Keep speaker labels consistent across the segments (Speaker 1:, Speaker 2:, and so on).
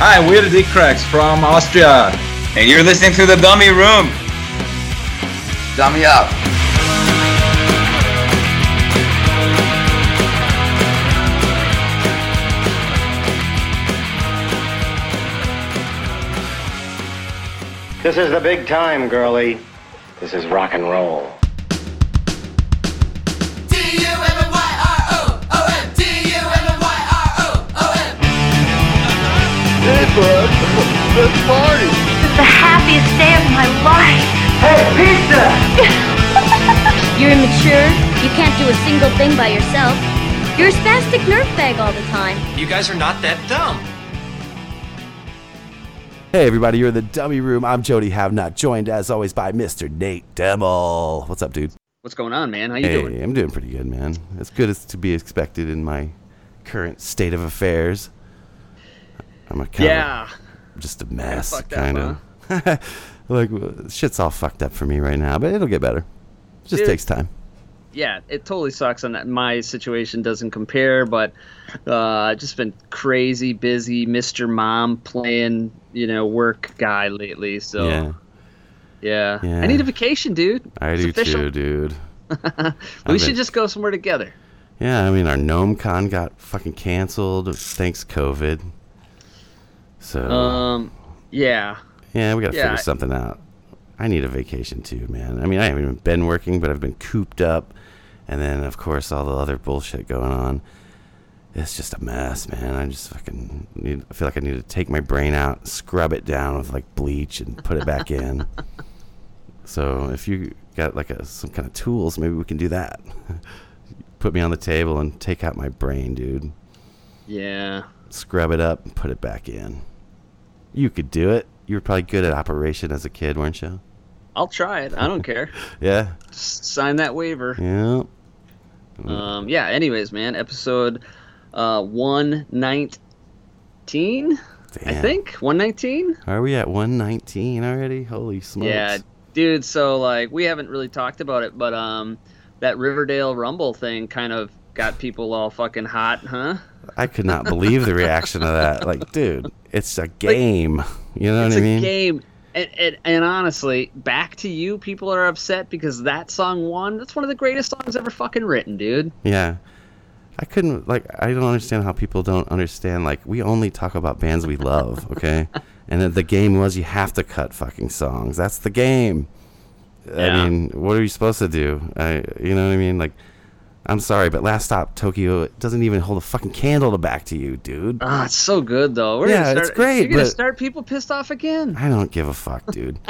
Speaker 1: Hi, we're the Cracks from Austria.
Speaker 2: And you're listening to The Dummy Room. Dummy up.
Speaker 3: This is the big time, girlie. This is rock and roll.
Speaker 4: This is the happiest day of my life.
Speaker 5: You're immature. You can't do a single thing by yourself. You're a spastic nerve bag all the time.
Speaker 6: You guys are not that dumb.
Speaker 7: Hey everybody, you're in the dummy room. I'm Jody Havnot, joined as always by Mr. Nate Demmel. What's up, dude?
Speaker 8: What's going on, man? How you
Speaker 7: hey,
Speaker 8: doing?
Speaker 7: I'm doing pretty good, man. As good as to be expected in my current state of affairs. I'm a kind
Speaker 8: Yeah.
Speaker 7: of just a mess,
Speaker 8: fucked up,
Speaker 7: kind of. like w- shit's all fucked up for me right now, but it'll get better. It just
Speaker 8: Dude.
Speaker 7: takes time.
Speaker 8: Yeah, it totally sucks and my situation doesn't compare, but uh I've just been crazy busy Mr. Mom playing, you know, work guy lately. So
Speaker 7: Yeah,
Speaker 8: yeah.
Speaker 7: Yeah.
Speaker 8: I need a vacation, dude.
Speaker 7: I
Speaker 8: It's
Speaker 7: do
Speaker 8: official.
Speaker 7: too, dude.
Speaker 8: We
Speaker 7: I've
Speaker 8: should
Speaker 7: been-
Speaker 8: just go somewhere together.
Speaker 7: Yeah, I mean our Gnome Con got fucking canceled thanks COVID. So
Speaker 8: Um yeah.
Speaker 7: Yeah, we gotta
Speaker 8: Yeah,
Speaker 7: figure
Speaker 8: I-
Speaker 7: something out. I need a vacation too, man. I mean, I haven't even been working, but I've been cooped up, and then of course all the other bullshit going on. It's just a mess, man. I just fucking need. I feel like I need to take my brain out, scrub it down with like bleach, and put it back in. So if you got like a, some kind of tools, maybe we can do that. put me on the table and take out my brain, dude.
Speaker 8: Yeah.
Speaker 7: Scrub it up and put it back in. You could do it. You were probably good at operation as a kid, weren't you?
Speaker 8: I'll try it. I don't care.
Speaker 7: Yeah.
Speaker 8: Just sign that waiver.
Speaker 7: Yeah.
Speaker 8: Um yeah, anyways, man, episode uh 119 I
Speaker 7: Damn.
Speaker 8: think 119.
Speaker 7: Are we at 119 already? Holy smokes.
Speaker 8: Yeah, dude. So like we haven't really talked about it, but um, that Riverdale Rumble thing kind of got people all fucking hot, huh?
Speaker 7: I could not believe the reaction of that. Like, dude, it's a game. you know
Speaker 8: it's
Speaker 7: what I
Speaker 8: a
Speaker 7: mean?
Speaker 8: game. And, and, and honestly, back to you. People are upset because that song won. That's one of the greatest songs ever fucking written, dude.
Speaker 7: Yeah. I couldn't like I don't understand how people don't understand like we only talk about bands we love, okay? and then the game was you have to cut fucking songs. That's the game.
Speaker 8: Yeah.
Speaker 7: I mean, what are you supposed to do? I you know what I mean? Like I'm sorry, but Last Stop Tokyo doesn't even hold a fucking candle to back to you, dude.
Speaker 8: Ah, it's so good though. We're
Speaker 7: Yeah,
Speaker 8: gonna
Speaker 7: it's
Speaker 8: start,
Speaker 7: great,
Speaker 8: You're gonna
Speaker 7: but-
Speaker 8: start people pissed off again.
Speaker 7: I don't give a fuck, dude.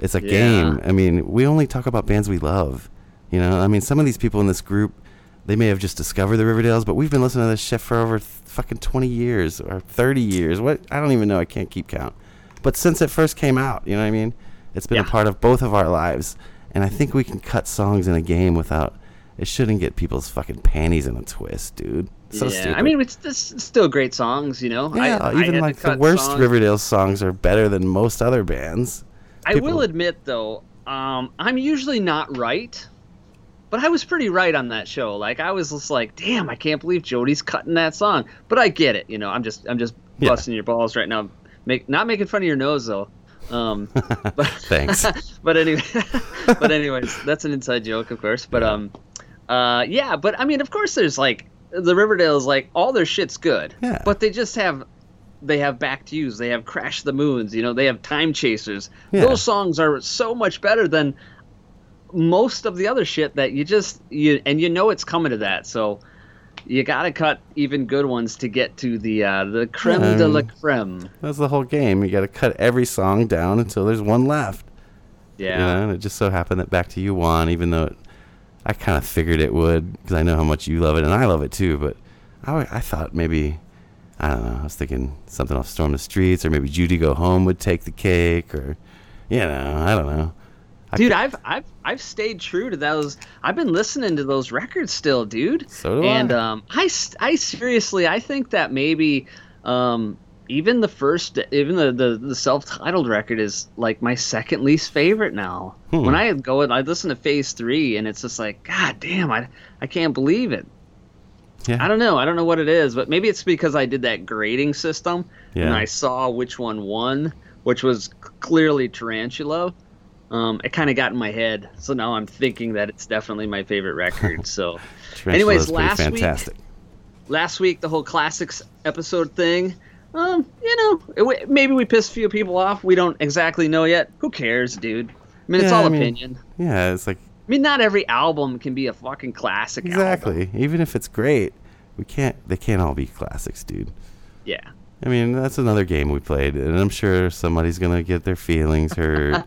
Speaker 7: it's a
Speaker 8: Yeah.
Speaker 7: game. I mean, we only talk about bands we love. You know, I mean, some of these people in this group, they may have just discovered the Riverdales, but we've been listening to this shit for over th- fucking 20 years or 30 years. What? I don't even know. I can't keep count. But since it first came out, you know what I mean? It's been a
Speaker 8: Yeah.
Speaker 7: part of both of our lives. And I think we can cut songs in a game without. It shouldn't get people's fucking panties in a twist, dude. So
Speaker 8: yeah,
Speaker 7: stupid.
Speaker 8: I mean, it's, it's still great songs, you know. I-
Speaker 7: Yeah,
Speaker 8: I had
Speaker 7: even
Speaker 8: to
Speaker 7: like the
Speaker 8: cut
Speaker 7: worst
Speaker 8: songs.
Speaker 7: Riverdale songs are better than most other bands.
Speaker 8: I
Speaker 7: people.
Speaker 8: will admit though, um, I'm usually not right, but I was pretty right on that show. Like I was just like, damn, I can't believe Jody's cutting that song. But I get it, you know. I'm just I'm just
Speaker 7: Yeah.
Speaker 8: busting your balls right now. Make not making fun of your nose though. Um, but
Speaker 7: Thanks.
Speaker 8: but anyway, but anyways, that's an inside joke, of course. But um, uh, yeah. But I mean, of course, there's like the Riverdale is like all their shit's good,
Speaker 7: Yeah.
Speaker 8: but they just have they have back to use, they have crash the moons, you know, they have time chasers.
Speaker 7: Yeah.
Speaker 8: Those songs are so much better than most of the other shit that you just you and you know it's coming to that. So you gotta cut even good ones to get to the uh, the creme
Speaker 7: Yeah, I
Speaker 8: de la
Speaker 7: mean-
Speaker 8: creme.
Speaker 7: That's the whole game. You got to cut every song down until there's one left.
Speaker 8: Yeah.
Speaker 7: You know, and it just so happened that Back to You won, even though it, I kind of figured it would because I know how much you love it and I love it too. But I, wa- I thought maybe, I don't know, I was thinking something off Storm the Streets or maybe Judy Go Home would take the cake or, you know, I don't know. I
Speaker 8: Dude,
Speaker 7: c-
Speaker 8: I've I've I've stayed true to those. I've been listening to those records still, dude.
Speaker 7: So do
Speaker 8: and,
Speaker 7: I.
Speaker 8: um, I s- I seriously I think that maybe um even the first even the the, the self titled record is like my second least favorite now.
Speaker 7: Hmm.
Speaker 8: When I go and I listen to Phase Three, and it's just like, God damn, I I can't believe it.
Speaker 7: Yeah.
Speaker 8: I don't know. I don't know what it is, but maybe it's because I did that grading system and
Speaker 7: Yeah.
Speaker 8: I saw which one won, which was c- clearly Tarantula. Um, it kind of got in my head, so now I'm thinking that it's definitely my favorite record. So,
Speaker 7: Tarantula's
Speaker 8: anyways,
Speaker 7: pretty
Speaker 8: last week
Speaker 7: fantastic.
Speaker 8: last week the whole classics episode thing. Um, you know, it, w- maybe we pissed a few people off. We don't exactly know yet. Who cares, dude? I mean, it's
Speaker 7: Yeah,
Speaker 8: all
Speaker 7: I mean-
Speaker 8: opinion.
Speaker 7: Yeah, it's like
Speaker 8: I mean, not every album can be a fucking classic. album.
Speaker 7: exactly. Even if it's great, we can't. They can't all be classics, dude.
Speaker 8: Yeah.
Speaker 7: I mean, that's another game we played, and I'm sure somebody's gonna get their feelings hurt.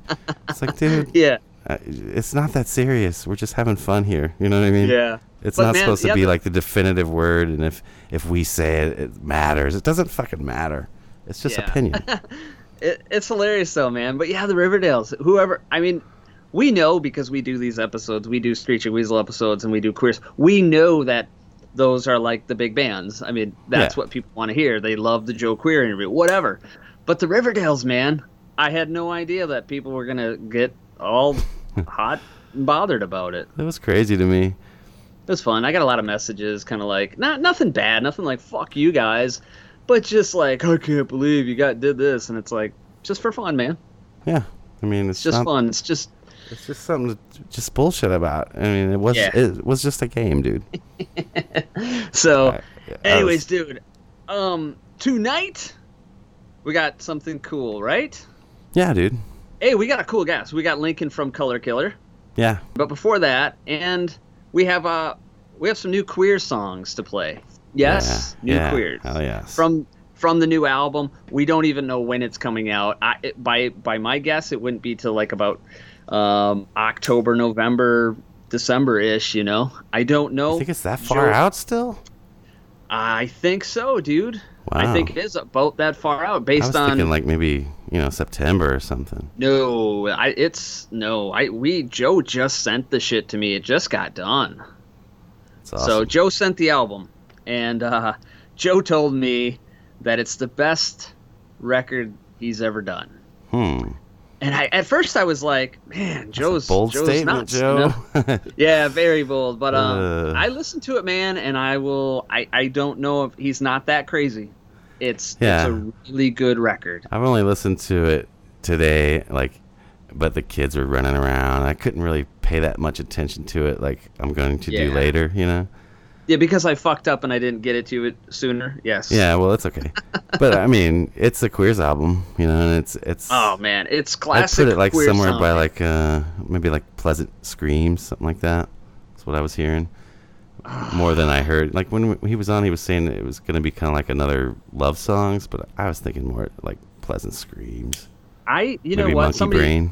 Speaker 7: it's like, dude,
Speaker 8: Yeah.
Speaker 7: uh, it's not that serious. We're just having fun here. You know what I mean?
Speaker 8: Yeah.
Speaker 7: It's
Speaker 8: But
Speaker 7: not
Speaker 8: man,
Speaker 7: supposed to
Speaker 8: the
Speaker 7: be
Speaker 8: other-
Speaker 7: like the definitive word, and if if we say it, it matters. It doesn't fucking matter. It's just
Speaker 8: Yeah.
Speaker 7: opinion.
Speaker 8: It, it's hilarious though, man. But yeah, the Riverdales. Whoever, I mean, we know because we do these episodes. We do Screeching Weasel episodes and we do Queers. We know that those are like the big bands. I mean, that's
Speaker 7: Yeah.
Speaker 8: what people want to hear. They love the Joe Queer interview, whatever. But the Riverdales, man, I had no idea that people were gonna get all hot and bothered about it.
Speaker 7: that was crazy to me.
Speaker 8: It was fun. I got a lot of messages, kind of like not nothing bad, nothing like "fuck you guys," but just like I can't believe you got did this, and it's like just for fun, man.
Speaker 7: Yeah. I mean, it's,
Speaker 8: It's just
Speaker 7: not-
Speaker 8: fun. It's just
Speaker 7: It's just something to just bullshit about. I mean, it was
Speaker 8: Yeah.
Speaker 7: it was just a game, dude.
Speaker 8: so.
Speaker 7: I- I was-
Speaker 8: Anyways, dude. Um, tonight we got something cool, right?
Speaker 7: yeah, dude.
Speaker 8: Hey, we got a cool guest. We got Lincoln from Color Killer,
Speaker 7: Yeah,
Speaker 8: but before that, and we have uh we have some new queer songs to play. Yes,
Speaker 7: yeah,
Speaker 8: new
Speaker 7: yeah,
Speaker 8: queers.
Speaker 7: Hell yes.
Speaker 8: from from the new album. We don't even know when it's coming out. I, it- by by my guess, it wouldn't be till like about um, October, November, December ish. You know, I don't know.
Speaker 7: I think it's that far
Speaker 8: Joe-
Speaker 7: out still.
Speaker 8: I think so, dude.
Speaker 7: Wow.
Speaker 8: I think it is about that far out,
Speaker 7: I was
Speaker 8: based on
Speaker 7: thinking like maybe you know September or something.
Speaker 8: no. I it's no. I we Joe just sent the shit to me. It just got done.
Speaker 7: It's awesome.
Speaker 8: So Joe sent the album, and uh, Joe told me that it's the best record he's ever done.
Speaker 7: hmm.
Speaker 8: And I, at first, I was like, "Man, Joe's
Speaker 7: Bold
Speaker 8: Joe's
Speaker 7: statement,
Speaker 8: nuts, you
Speaker 7: Joe.
Speaker 8: know? Yeah, very bold. But um,
Speaker 7: Uh.
Speaker 8: I listened to it, man, and I will. I, I don't know if he's not that crazy. It's
Speaker 7: Yeah.
Speaker 8: it's a really good record.
Speaker 7: I've only listened to it today, like, but the kids were running around. I couldn't really pay that much attention to it, like I'm going to do
Speaker 8: Yeah.
Speaker 7: later. You know.
Speaker 8: Yeah, because I fucked up and I didn't get it to it sooner. Yes.
Speaker 7: Yeah. Well, it's okay. but I mean, it's a queers album, you know, and it's it's.
Speaker 8: Oh man, it's
Speaker 7: I
Speaker 8: classic.
Speaker 7: put it like
Speaker 8: queer
Speaker 7: somewhere
Speaker 8: song.
Speaker 7: by like uh maybe like pleasant screams something like that. That's what I was hearing more than I heard. Like when w- he was on, he was saying that it was gonna be kind of like another love songs, but I was thinking more like pleasant screams,
Speaker 8: I. You know
Speaker 7: maybe
Speaker 8: what?
Speaker 7: monkey
Speaker 8: Somebody.
Speaker 7: brain.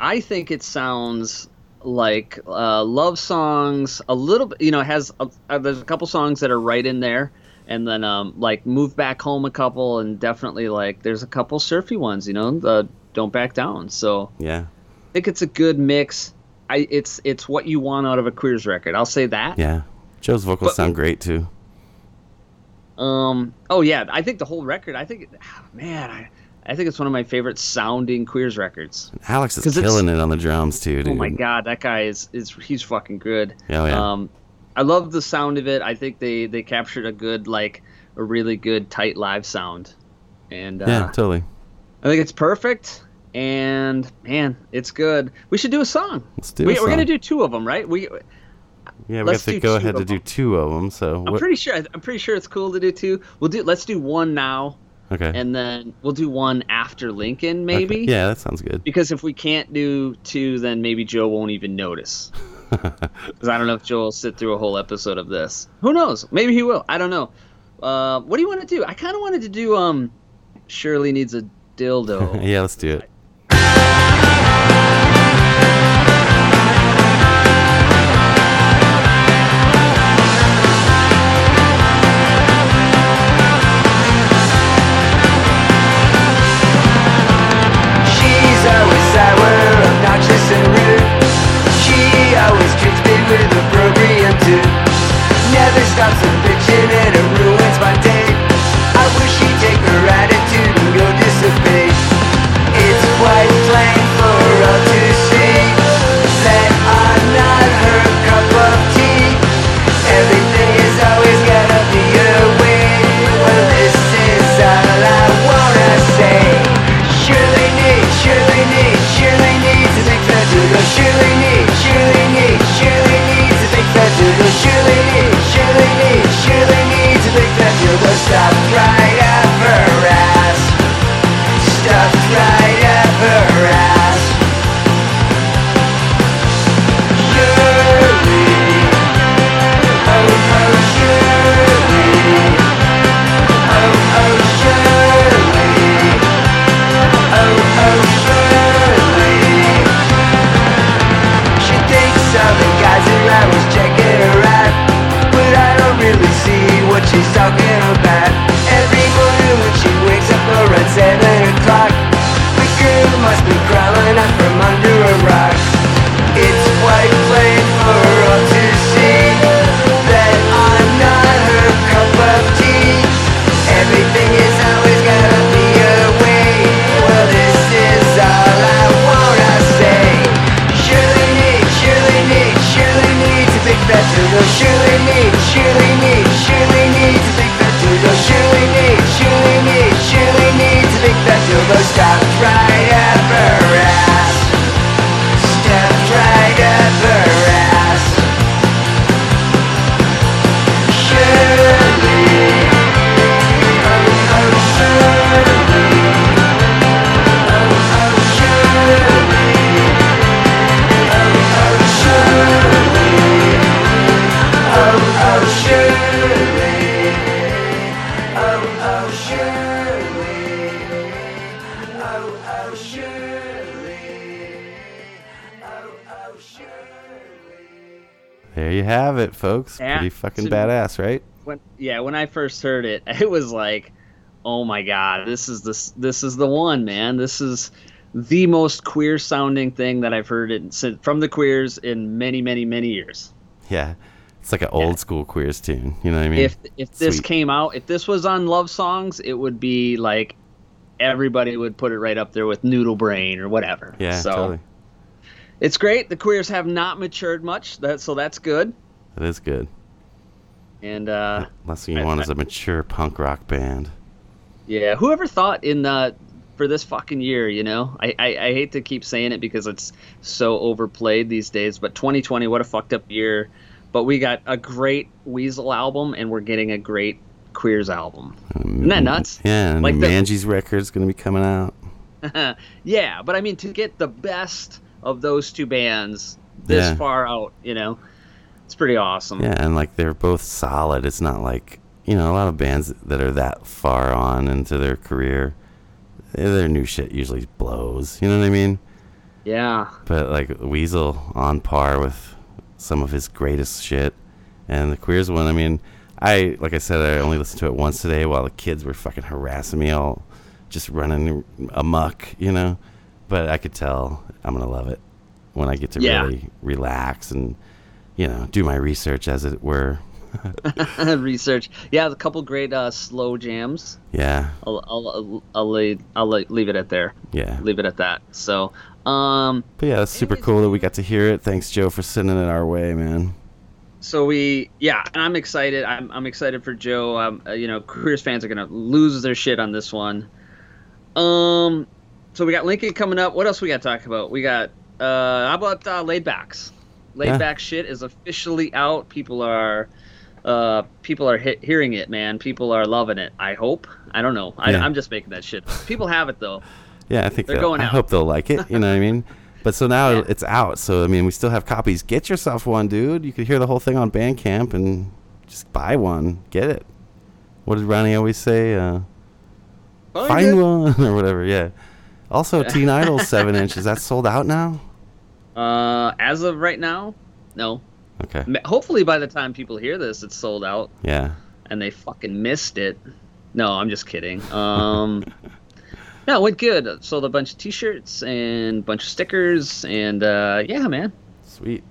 Speaker 8: I think it sounds like uh, love songs a little bit. You know, it has a, uh, there's a couple songs that are right in there, and then um, like move back home a couple, and definitely like there's a couple surfy ones. You know, the don't back down. So
Speaker 7: Yeah,
Speaker 8: I think it's a good mix. I it's it's what you want out of a queers record. I'll say that.
Speaker 7: yeah. Joe's vocals
Speaker 8: But-
Speaker 7: sound great too.
Speaker 8: Um. Oh yeah, I think the whole record. I think, ah, man, I I think it's one of my favorite sounding queers records.
Speaker 7: Alex is
Speaker 8: 'Cause it's-
Speaker 7: killing it on the drums too, dude.
Speaker 8: Oh my god, that guy is is he's fucking good.
Speaker 7: Oh, yeah.
Speaker 8: Um, I love the sound of it. I think they they captured a good like a really good tight live sound, and uh,
Speaker 7: Yeah, totally.
Speaker 8: I think it's perfect. And man, it's good. We should do a song.
Speaker 7: Let's do.
Speaker 8: we,
Speaker 7: a
Speaker 8: We're gonna
Speaker 7: song.
Speaker 8: do two of them, right? We
Speaker 7: Yeah, we
Speaker 8: let's
Speaker 7: have to
Speaker 8: do
Speaker 7: go
Speaker 8: two
Speaker 7: ahead to
Speaker 8: of
Speaker 7: do
Speaker 8: them.
Speaker 7: two of them. So
Speaker 8: I'm
Speaker 7: what-
Speaker 8: pretty sure I'm pretty sure it's cool to do two. We'll do let's do one now,
Speaker 7: okay.
Speaker 8: and then we'll do one after Lincoln,
Speaker 7: Okay.
Speaker 8: maybe.
Speaker 7: Yeah, that sounds good.
Speaker 8: Because if we can't do two, then maybe Joe won't even notice. Because I don't know if Joe will sit through a whole episode of this. Who knows? Maybe he will. I don't know. Uh, what do you want to do? I kind of wanted to do. Um, Shirley needs a dildo.
Speaker 7: yeah, let's do it.
Speaker 9: She's always sour, obnoxious and rude. She always treats me with opprobrium too. Never stops a bitchin' and it ruins my day. I wish she'd take her attitude and go dissipate. It's You'll surely need, surely need, surely need to think that you're the stuffed right up her ass. Stuffed right up her ass. Surely, oh, oh, surely, oh, oh, surely, oh, oh, surely. She thinks all the guys around was checking her out But I don't really see what she's talking about Every morning when she wakes up around 7 o'clock The girl must be crawling out from under a rock It's quite plain for all to see That I'm not her cup of tea Everything is always gonna be a way Well this is all I wanna say Surely need, surely need, surely need to think better. You'll surely need, surely need, surely need to think better. You'll surely need, surely need, surely need to think better. You'll stop right up her ass. Step right up her ass. Surely, oh, oh, surely, oh, oh, surely. Oh, oh, Oh,
Speaker 7: There you have it, folks.
Speaker 8: Yeah.
Speaker 7: Pretty fucking
Speaker 8: So-
Speaker 7: badass, right?
Speaker 8: When, yeah, when I first heard it, it was like, oh my god, this is this this is the one, man. This is the most queer sounding thing that I've heard it since, from the queers in many, many, many years.
Speaker 7: Yeah. It's like an old school queers tune. You know what I mean?
Speaker 8: if if this
Speaker 7: Mm-hmm. Sweet.
Speaker 8: came out, if this was on Love Songs, it would be like everybody would put it right up there with Noodle Brain or whatever.
Speaker 7: yeah,
Speaker 8: so
Speaker 7: totally.
Speaker 8: it's great. The queers have not matured much, that so that's good.
Speaker 7: That is good.
Speaker 8: And uh,
Speaker 7: Last thing you
Speaker 8: I-
Speaker 7: want
Speaker 8: I-
Speaker 7: is a mature punk rock band.
Speaker 8: yeah, whoever thought in the for this fucking year, you know, I, I I hate to keep saying it because it's so overplayed these days, but 2020, what a fucked up year. But we got a great Weasel album, and we're getting a great Queers album. Isn't that nuts?
Speaker 7: Mm-hmm. Yeah, and
Speaker 8: Like the-
Speaker 7: Mangie's record's gonna be coming out.
Speaker 8: Yeah, but I mean to get the best of those two bands this
Speaker 7: Yeah.
Speaker 8: far out, you know, it's pretty awesome.
Speaker 7: Yeah, and like they're both solid. It's not like you know a lot of bands that are that far on into their career, eh, their new shit usually blows. You know what I mean?
Speaker 8: Yeah.
Speaker 7: But like Weasel on par with some of his greatest shit, and the Queers one. I mean, I like I said, I only listened to it once today while the kids were fucking harassing me all, just running amuck, you know. But I could tell I'm gonna love it when I get to
Speaker 8: Yeah.
Speaker 7: really relax and you know do my research as it were.
Speaker 8: Research. Yeah, a couple great uh, slow jams.
Speaker 7: Yeah,
Speaker 8: I'll I'll, I'll, I'll, leave, I'll le- leave it at there.
Speaker 7: yeah.
Speaker 8: Leave it at that. So, um
Speaker 7: But yeah, it's super cool that we got to hear it. Thanks, Joe, for sending it our way, man.
Speaker 8: so we yeah, I'm excited. I'm I'm excited for Joe. Um uh, you know, Queers fans are going to lose their shit on this one. Um so we got Lincoln coming up. What else we got to talk about? We got uh how about uh, Laidbacks?
Speaker 7: Yeah.
Speaker 8: Laidback shit is officially out. People are uh people are hit, hearing it, man. People are loving it. I hope. I don't know. I,
Speaker 7: Yeah.
Speaker 8: I'm just making that shit. up. People have it though.
Speaker 7: Yeah, I think
Speaker 8: They're
Speaker 7: they'll-
Speaker 8: going
Speaker 7: I
Speaker 8: out.
Speaker 7: hope they'll like it. You know what I mean? But so now
Speaker 8: Yeah.
Speaker 7: it's out. So I mean, we still have copies. Get yourself one, dude. You could hear the whole thing on Bandcamp and just buy one. Get it. What did Ronnie always say? Uh,
Speaker 8: Find
Speaker 7: find
Speaker 8: it.
Speaker 7: one or whatever. Yeah. Also, Teen Idol seven inches. That's sold out now.
Speaker 8: Uh as of right now, no.
Speaker 7: Okay.
Speaker 8: Ma- Hopefully by the time people hear this, it's sold out.
Speaker 7: Yeah.
Speaker 8: and they fucking missed it. No, I'm just kidding. Um, no, it went good. Sold a bunch of T-shirts and a bunch of stickers, and uh, yeah, man,
Speaker 7: Sweet.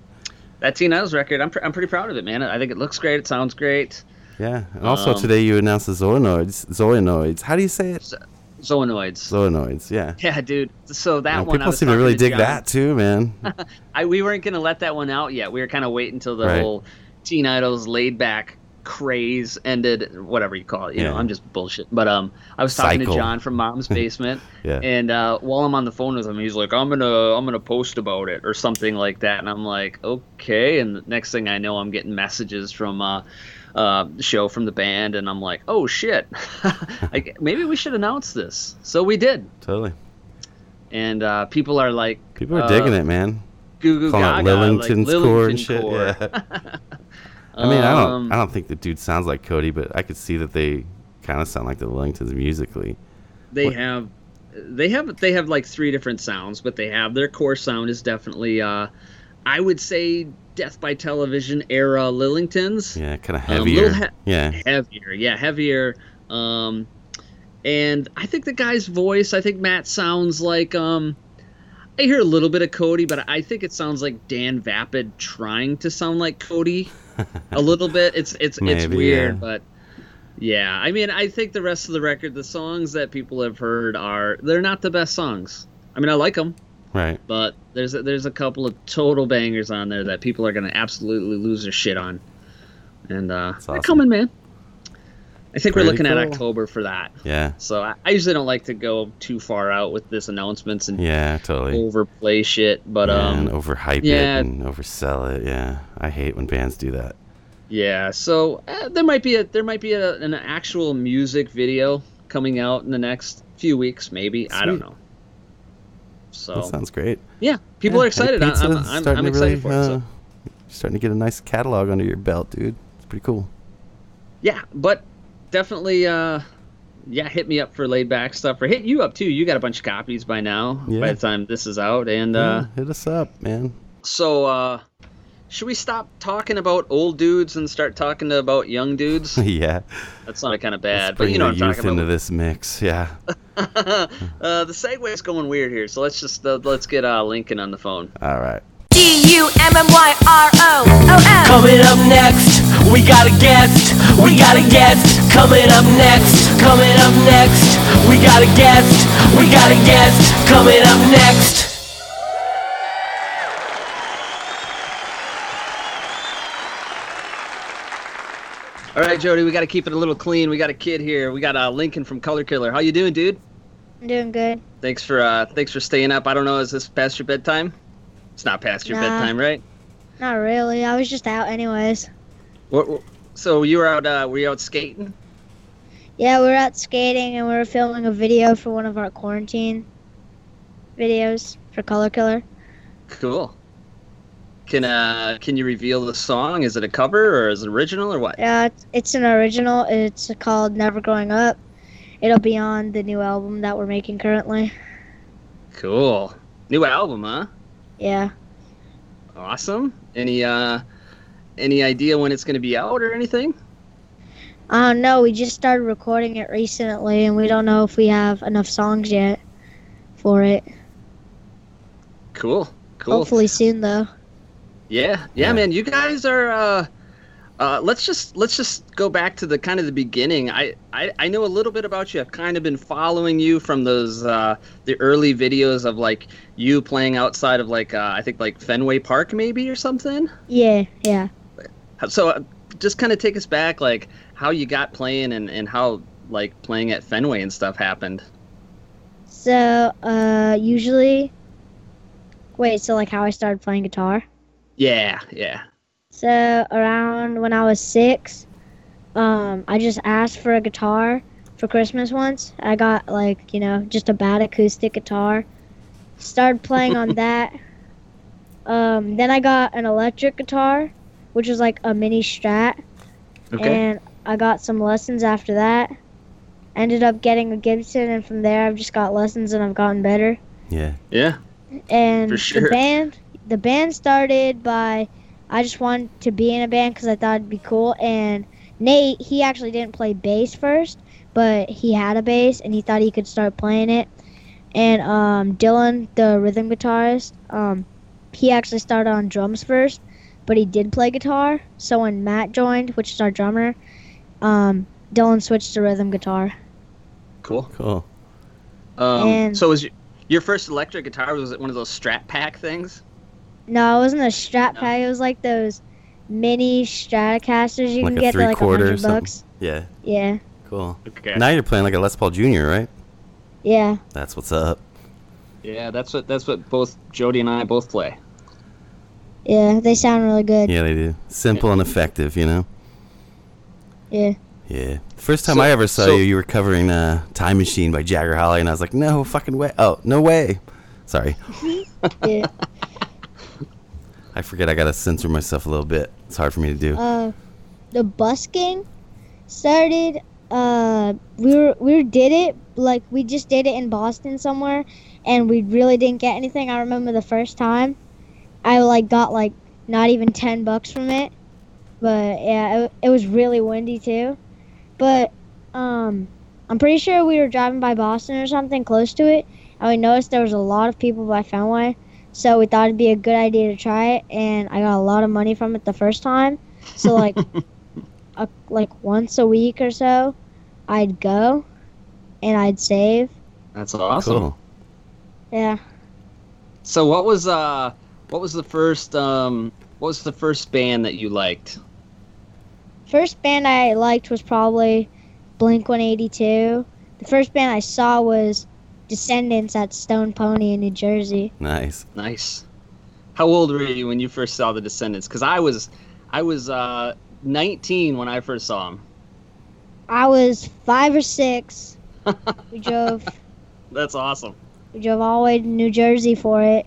Speaker 8: that Teen Idols record, I'm pr- I'm pretty proud of it, man. I think it looks great. It sounds great.
Speaker 7: Yeah. And also
Speaker 8: Um,
Speaker 7: today you announced the Zoonoids. Zoonoids. How do you say it?
Speaker 8: Zoonoids.
Speaker 7: Zoonoids. Yeah.
Speaker 8: yeah, dude. So that
Speaker 7: And
Speaker 8: one, I
Speaker 7: people
Speaker 8: was
Speaker 7: seem to
Speaker 8: talking
Speaker 7: really
Speaker 8: to
Speaker 7: dig
Speaker 8: John.
Speaker 7: that too, man.
Speaker 8: I we weren't gonna let that one out yet. We were kind of waiting till the
Speaker 7: Right.
Speaker 8: whole Teen Idols laid back craze ended, whatever you call it. You know,
Speaker 7: Yeah.
Speaker 8: I'm just bullshit. But um, I was talking
Speaker 7: Cycle.
Speaker 8: to John from Mom's Basement,
Speaker 7: Yeah.
Speaker 8: and uh, while I'm on the phone with him, he's like, "I'm gonna, I'm gonna post about it or something like that," and I'm like, "Okay." And the next thing I know, I'm getting messages from. Uh, uh, show from the band, and I'm like, oh shit, like, maybe we should announce this. So we did,
Speaker 7: Totally.
Speaker 8: and uh, people are like, uh,
Speaker 7: People are digging it, man.
Speaker 8: Goo Goo
Speaker 7: Calling it
Speaker 8: Gaga, like
Speaker 7: Lillington's core and
Speaker 8: Lillington
Speaker 7: shit.
Speaker 8: core.
Speaker 7: Yeah. I mean, I don't,
Speaker 8: Um,
Speaker 7: I don't think the dude sounds like Cody, but I could see that they kind of sound like the Lillingtons musically.
Speaker 8: they
Speaker 7: What-
Speaker 8: have they have they have like three different sounds but they have their core sound is definitely uh i would say death by television era lillingtons
Speaker 7: Yeah, kind of
Speaker 8: Um, little
Speaker 7: heavier.
Speaker 8: he-
Speaker 7: yeah,
Speaker 8: heavier yeah heavier um and i think the guy's voice i think matt sounds like um i hear a little bit of cody but i think it sounds like dan vapid trying to sound like cody a little bit it's it's it's
Speaker 7: Maybe,
Speaker 8: weird
Speaker 7: yeah.
Speaker 8: but yeah i mean i think the rest of the record the songs that people have heard are they're not the best songs i mean i like them
Speaker 7: right.
Speaker 8: but there's a, there's a couple of total bangers on there that people are going to absolutely lose their shit on. And uh,
Speaker 7: awesome.
Speaker 8: they're coming, man. I think
Speaker 7: Pretty
Speaker 8: we're looking at
Speaker 7: cool.
Speaker 8: October for that.
Speaker 7: Yeah,
Speaker 8: So I, I usually don't like to go too far out with this announcements and
Speaker 7: yeah, totally.
Speaker 8: overplay shit, but
Speaker 7: and
Speaker 8: um,
Speaker 7: overhype
Speaker 8: yeah.
Speaker 7: it and oversell it. Yeah, I hate when bands do that.
Speaker 8: yeah. So uh, there might be a there might be a, an actual music video coming out in the next few weeks, maybe. I don't
Speaker 7: Sweet.
Speaker 8: know. So
Speaker 7: That sounds great.
Speaker 8: yeah, people
Speaker 7: Yeah,
Speaker 8: are excited. I,
Speaker 7: Pizza
Speaker 8: I'm,
Speaker 7: is
Speaker 8: I'm,
Speaker 7: starting
Speaker 8: I'm
Speaker 7: to
Speaker 8: excited for
Speaker 7: really,
Speaker 8: it. So.
Speaker 7: uh, you're starting to get a nice catalog under your belt, dude. It's pretty cool.
Speaker 8: yeah but definitely uh yeah hit me up for laid back stuff or hit you up too you got a bunch of copies by now
Speaker 7: Yeah.
Speaker 8: by the time this is out and uh
Speaker 7: Yeah, hit us up, man.
Speaker 8: so uh should we stop talking about old dudes and start talking about young dudes
Speaker 7: yeah,
Speaker 8: that's not kind of
Speaker 7: let's
Speaker 8: bad but
Speaker 7: bring
Speaker 8: you know
Speaker 7: the
Speaker 8: what i'm
Speaker 7: youth
Speaker 8: talking
Speaker 7: into
Speaker 8: about
Speaker 7: this mix. Yeah,
Speaker 8: uh the segway's going weird here so let's just uh, let's get uh lincoln on the phone
Speaker 7: all right.
Speaker 4: D-U-M-M-Y-R-O-O-M.
Speaker 9: Coming up next, we got a guest. We got a guest. Coming up next, coming up next, we got a guest. We got a guest. Coming up next.
Speaker 8: all right jody we got to keep it a little clean we got a kid here we got uh lincoln from color killer how you doing dude
Speaker 5: I'm doing good.
Speaker 8: thanks for uh thanks for staying up i don't know is this past your bedtime it's not past your
Speaker 5: Nah.
Speaker 8: bedtime right
Speaker 5: Not really. I was just out, anyways.
Speaker 8: What, what- so you were out? Uh, were you out skating?
Speaker 5: Yeah, we were out skating and we were filming a video for one of our quarantine videos for Color Killer.
Speaker 8: Cool. Can uh can you reveal the song? Is it a cover or is it original or what?
Speaker 5: Yeah, it's- it's an original. It's called Never Growing Up. It'll be on the new album that we're making currently.
Speaker 8: Cool. New album, huh?
Speaker 5: Yeah.
Speaker 8: Awesome. Any uh any idea when it's gonna be out or anything?
Speaker 5: I don't know. We just started recording it recently, and we don't know if we have enough songs yet for it.
Speaker 8: Cool. Cool.
Speaker 5: Hopefully soon, though.
Speaker 8: Yeah, yeah,
Speaker 7: Yeah.
Speaker 8: man. You guys are. Uh, uh, let's just let's just go back to the kind of the beginning. I, I I know a little bit about you. I've kind of been following you from those uh, the early videos of like you playing outside of like uh, I think like Fenway Park maybe or something.
Speaker 5: Yeah, yeah.
Speaker 8: So uh, just kind of take us back like how you got playing and and how like playing at Fenway and stuff happened.
Speaker 5: So, uh, usually. Wait, so like how I started playing guitar?
Speaker 8: Yeah, yeah.
Speaker 5: So around when I was six, um, I just asked for a guitar for Christmas once. I got like you know just a bad acoustic guitar. Started playing on that. Um, then I got an electric guitar, which was like a mini Strat, and I got some lessons after that. Ended up getting a Gibson, and from there I've just got lessons and I've gotten better
Speaker 7: Yeah,
Speaker 8: Yeah.
Speaker 5: and
Speaker 8: For sure.
Speaker 5: the band the band started by i just wanted to be in a band because i thought it'd be cool and nate he actually didn't play bass first but he had a bass and he thought he could start playing it and um, dylan the rhythm guitarist um, he actually started on drums first but he did play guitar so when matt joined which is our drummer um, dylan switched to rhythm guitar
Speaker 8: Cool.
Speaker 7: cool.
Speaker 8: Um,
Speaker 5: And-
Speaker 8: so was your, your first electric guitar was it one of those Strat Pack things?
Speaker 5: No, it wasn't a strap
Speaker 8: No?
Speaker 5: pack. It was like those mini Stratocasters you
Speaker 7: Like
Speaker 5: can
Speaker 7: a
Speaker 5: get for like a
Speaker 7: three-quarter or
Speaker 5: hundred
Speaker 7: something?
Speaker 5: bucks.
Speaker 7: Yeah,
Speaker 5: Yeah,
Speaker 7: cool.
Speaker 8: Okay.
Speaker 7: Now you're playing like a Les Paul Junior, right?
Speaker 5: yeah.
Speaker 7: That's what's up.
Speaker 8: Yeah, that's what that's what both Jody and I both play.
Speaker 5: Yeah, they sound really good.
Speaker 7: Yeah, they do. Simple and effective, you know.
Speaker 5: Yeah.
Speaker 7: Yeah. First time
Speaker 8: So-
Speaker 7: I ever saw
Speaker 8: so-
Speaker 7: you, you were covering uh, "Time Machine" by Jagger Holly, and I was like, "No fucking way! Oh, no way!" Sorry,
Speaker 5: Yeah.
Speaker 7: I forget. I gotta censor myself a little bit. It's hard for me to do.
Speaker 5: uh, the busking started. Uh, we were we were- did it like we just did it in Boston somewhere, and we really didn't get anything. I remember the first time, I like got like not even ten bucks from it, but yeah, it, it was really windy too. But um, I'm pretty sure we were driving by Boston or something close to it, and we noticed there was a lot of people by Fenway. So we thought it'd be a good idea to try it, and I got a lot of money from it the first time. So like, a, like once a week or so, I'd go, and I'd save.
Speaker 8: That's awesome.
Speaker 7: Cool.
Speaker 5: Yeah.
Speaker 8: So what was uh what was the first um what was the first band that you liked?
Speaker 5: First band I liked was probably Blink 182. The first band I saw was Descendants at Stone Pony in New Jersey.
Speaker 7: Nice.
Speaker 8: Nice. How old were you when you first saw the Descendants? Because I was I was uh 19 when I first saw them.
Speaker 5: I was five or six. we drove
Speaker 8: That's awesome.
Speaker 5: we drove all the way to New Jersey for it.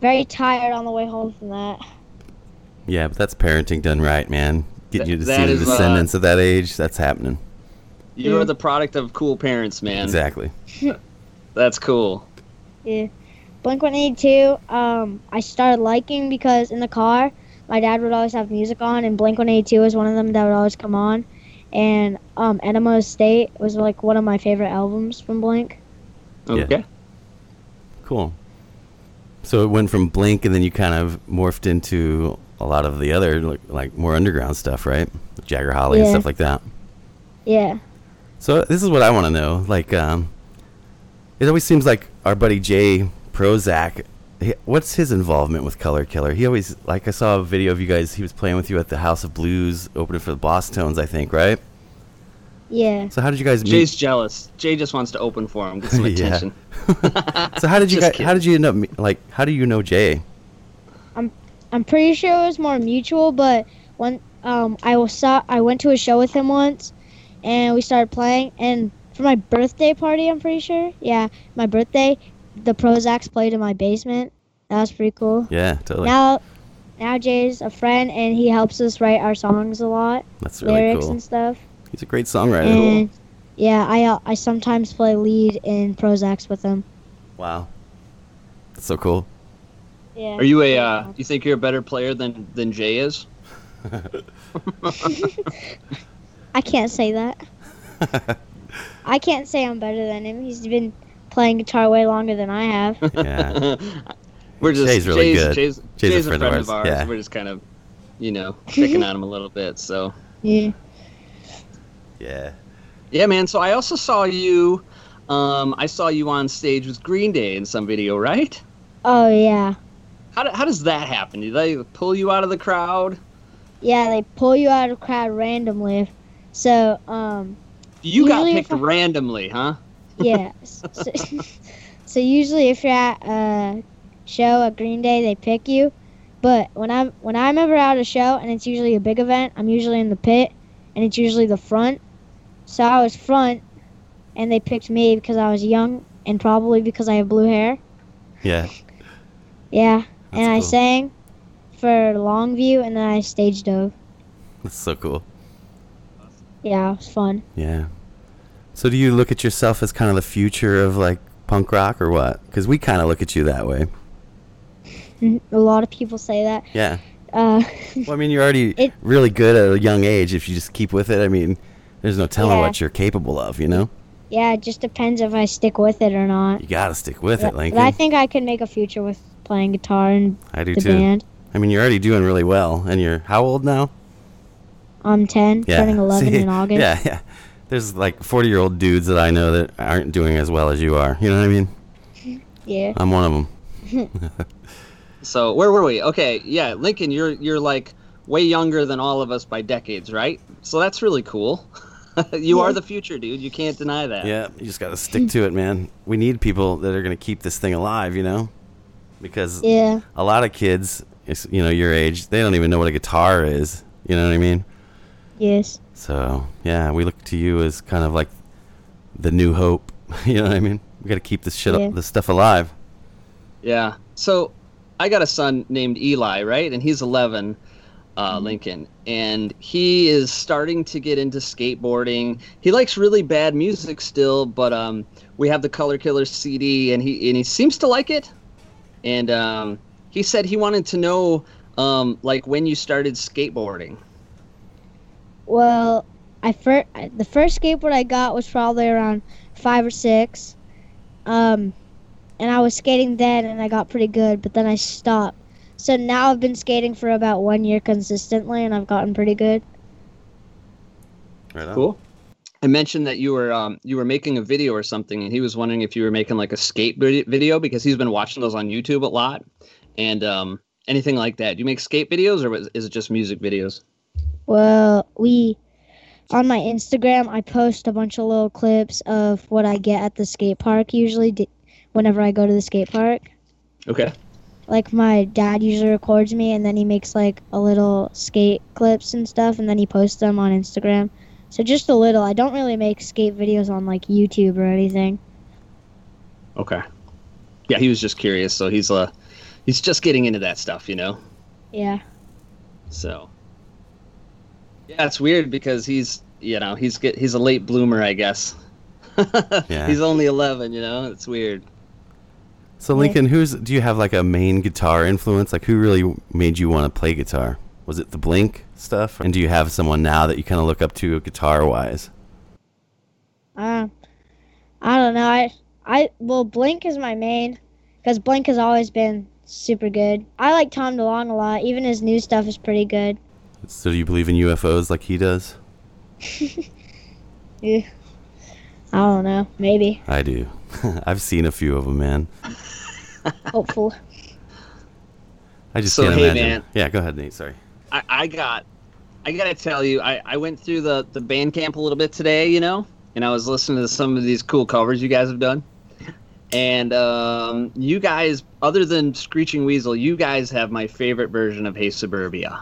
Speaker 5: Very tired on the way home from that.
Speaker 7: Yeah, but that's parenting done right, man. Getting you to
Speaker 8: That-
Speaker 7: see
Speaker 8: that
Speaker 7: the
Speaker 8: is, uh,
Speaker 7: descendants of that age, that's happening.
Speaker 8: You are the product of cool parents, man.
Speaker 7: Exactly.
Speaker 8: That's cool.
Speaker 5: Yeah. Blink 182, um, I started liking because in the car, my dad would always have music on, and Blink 182 was one of them that would always come on. And um, Enema of State was like one of my favorite albums from Blink.
Speaker 7: Yeah.
Speaker 8: Okay.
Speaker 7: Cool. So it went from Blink, and then you kind of morphed into a lot of the other, like, like more underground stuff, right? Jagger Holly and
Speaker 5: Yeah.
Speaker 7: stuff like that.
Speaker 5: Yeah.
Speaker 7: So this is what I want to know. Like, um, it always seems like our buddy Jay Prozac. he- What's his involvement with Color Killer? He always like I saw a video of you guys. He was playing with you at the House of Blues, opening for the Boss Tones, I think, right?
Speaker 5: Yeah.
Speaker 7: So how did you guys meet?
Speaker 8: Jay's jealous. Jay just wants to open for him, get some
Speaker 7: Yeah.
Speaker 8: attention.
Speaker 7: So how did you
Speaker 8: Just
Speaker 7: guys, how did you end up me- like how do you know Jay?
Speaker 5: I'm pretty sure it was more mutual, but when um, I was saw I went to a show with him once, and we started playing. And for my birthday party, I'm pretty sure, yeah, my birthday, the Prozacs played in my basement. That was pretty cool.
Speaker 7: Yeah, totally.
Speaker 5: now now Jay's a friend and he helps us write our songs a lot,
Speaker 7: That's really
Speaker 5: lyrics
Speaker 7: cool.
Speaker 5: and stuff.
Speaker 7: He's a great songwriter.
Speaker 5: And yeah, I uh, I sometimes play lead in Prozacs with him.
Speaker 7: Wow, that's so cool.
Speaker 5: Yeah.
Speaker 8: Are you a uh, you think you're a better player than than Jay is?
Speaker 5: I can't say that. I can't say I'm better than him. He's been playing guitar way longer than I have.
Speaker 7: Yeah,
Speaker 8: We're just
Speaker 7: Jay's really
Speaker 8: Jay's,
Speaker 7: good.
Speaker 8: Jay's,
Speaker 7: Jay's
Speaker 8: Jay's a friend, of ours.
Speaker 7: yeah.
Speaker 8: We're just kind of, you know, picking on him a little bit. So
Speaker 5: yeah.
Speaker 7: yeah.
Speaker 8: yeah, man. So I also saw you. Um, I saw you on stage with Green Day in some video, right?
Speaker 5: Oh yeah.
Speaker 8: How, do, how does that happen? Do they pull you out of the crowd?
Speaker 5: Yeah, they pull you out of the crowd randomly. So, um
Speaker 8: You got
Speaker 5: Usually if
Speaker 8: picked
Speaker 5: I-
Speaker 8: randomly, huh?
Speaker 5: yeah. So, so usually, if you're at a show at Green Day, they pick you. But when I'm when I'm ever out a show and it's usually a big event, I'm usually in the pit, and it's usually the front. So I was front, and they picked me because I was young and probably because I have blue hair.
Speaker 7: Yeah,
Speaker 5: Yeah,
Speaker 7: That's
Speaker 5: and I
Speaker 7: cool.
Speaker 5: sang for Longview, and then I stage dove.
Speaker 7: that's so cool.
Speaker 5: Yeah, it was fun.
Speaker 7: Yeah. So do you look at yourself as kind of the future of like punk rock or what? Because we kind of look at you that way.
Speaker 5: Mm-hmm. A lot of people say that.
Speaker 7: Yeah.
Speaker 5: Uh,
Speaker 7: Well, I mean, you're already
Speaker 5: It-
Speaker 7: really good at a young age if you just keep with it. I mean, there's no telling
Speaker 5: Yeah.
Speaker 7: what you're capable of. You know,
Speaker 5: yeah, it just depends if I stick with it or not.
Speaker 7: you gotta stick with it,
Speaker 5: Yeah,
Speaker 7: Lincoln.
Speaker 5: But I think I could make a future with playing guitar in
Speaker 7: I do
Speaker 5: the
Speaker 7: too.
Speaker 5: band.
Speaker 7: I mean, you're already doing really well, and you're how old now?
Speaker 5: I'm 10, turning 11
Speaker 7: See?
Speaker 5: in August.
Speaker 7: Yeah, yeah. There's like 40 year old dudes that I know that aren't doing as well as you are. You know what I mean?
Speaker 5: Yeah.
Speaker 7: I'm one of them.
Speaker 8: So where were we? Okay, yeah, Lincoln, you're you're like way younger than all of us by decades, right? So that's really cool. you are the future, dude. You can't deny that.
Speaker 7: Yeah, you just got to stick to it, man. We need people that are going to keep this thing alive, you know? Because
Speaker 5: Yeah.
Speaker 7: a lot of kids, it's- you know, your age, they don't even know what a guitar is. You know what I mean?
Speaker 5: Yes.
Speaker 7: So, yeah, we look to you as kind of like the new hope. you know what I mean? We got to keep this shit,
Speaker 5: Yeah.
Speaker 7: up, this stuff alive.
Speaker 8: Yeah. So I got a son named Eli, right? And he's 11, uh, Lincoln. And he is starting to get into skateboarding. He likes really bad music still, but um, we have the Color Killers CD, and he and he seems to like it. And um, he said he wanted to know, um, like, when you started skateboarding.
Speaker 5: Well, I fir- I- the first skateboard I got was probably around five or six, um, and I was skating then, and I got pretty good, but then I stopped. So now I've been skating for about one year consistently, and I've gotten pretty good.
Speaker 7: Right on.
Speaker 8: Cool. I mentioned that you were um, you were making a video or something, and he was wondering if you were making like a skate vid- video because he's been watching those on YouTube a lot, and um, anything like that. Do you make skate videos or was- is it just music videos?
Speaker 5: Well, we on my Instagram, I post a bunch of little clips of what I get at the skate park usually d- whenever I go to the skate park.
Speaker 8: Okay.
Speaker 5: like my dad usually records me and then he makes like a little skate clips and stuff and then he posts them on Instagram. So just a little. I don't really make skate videos on like YouTube or anything.
Speaker 8: Okay. Yeah, he was just curious, so he's uh, he's just getting into that stuff, you know.
Speaker 5: Yeah.
Speaker 8: So yeah, it's weird because he's you know he's get he's a late bloomer, I guess.
Speaker 7: Yeah.
Speaker 8: He's only eleven, you know. It's weird.
Speaker 7: So Lincoln, who's do you have like a main guitar influence? Like who really made you want to play guitar? Was it the Blink stuff? And do you have someone now that you kind of look up to guitar wise?
Speaker 5: Uh, I don't know. I I well Blink is my main because Blink has always been super good. I like Tom DeLonge a lot. Even his new stuff is pretty good.
Speaker 7: So do you believe in UFOs like he does?
Speaker 5: Yeah. I don't know. Maybe.
Speaker 7: I do. I've seen a few of them, man.
Speaker 5: Hopeful.
Speaker 7: I just
Speaker 8: So,
Speaker 7: can't
Speaker 8: hey,
Speaker 7: imagine.
Speaker 8: man.
Speaker 7: Yeah, go ahead, Nate. Sorry.
Speaker 8: I, I got I gotta tell you, I, I went through the, the band camp a little bit today, you know, and I was listening to some of these cool covers you guys have done. And um, you guys, other than Screeching Weasel, you guys have my favorite version of Hey Suburbia.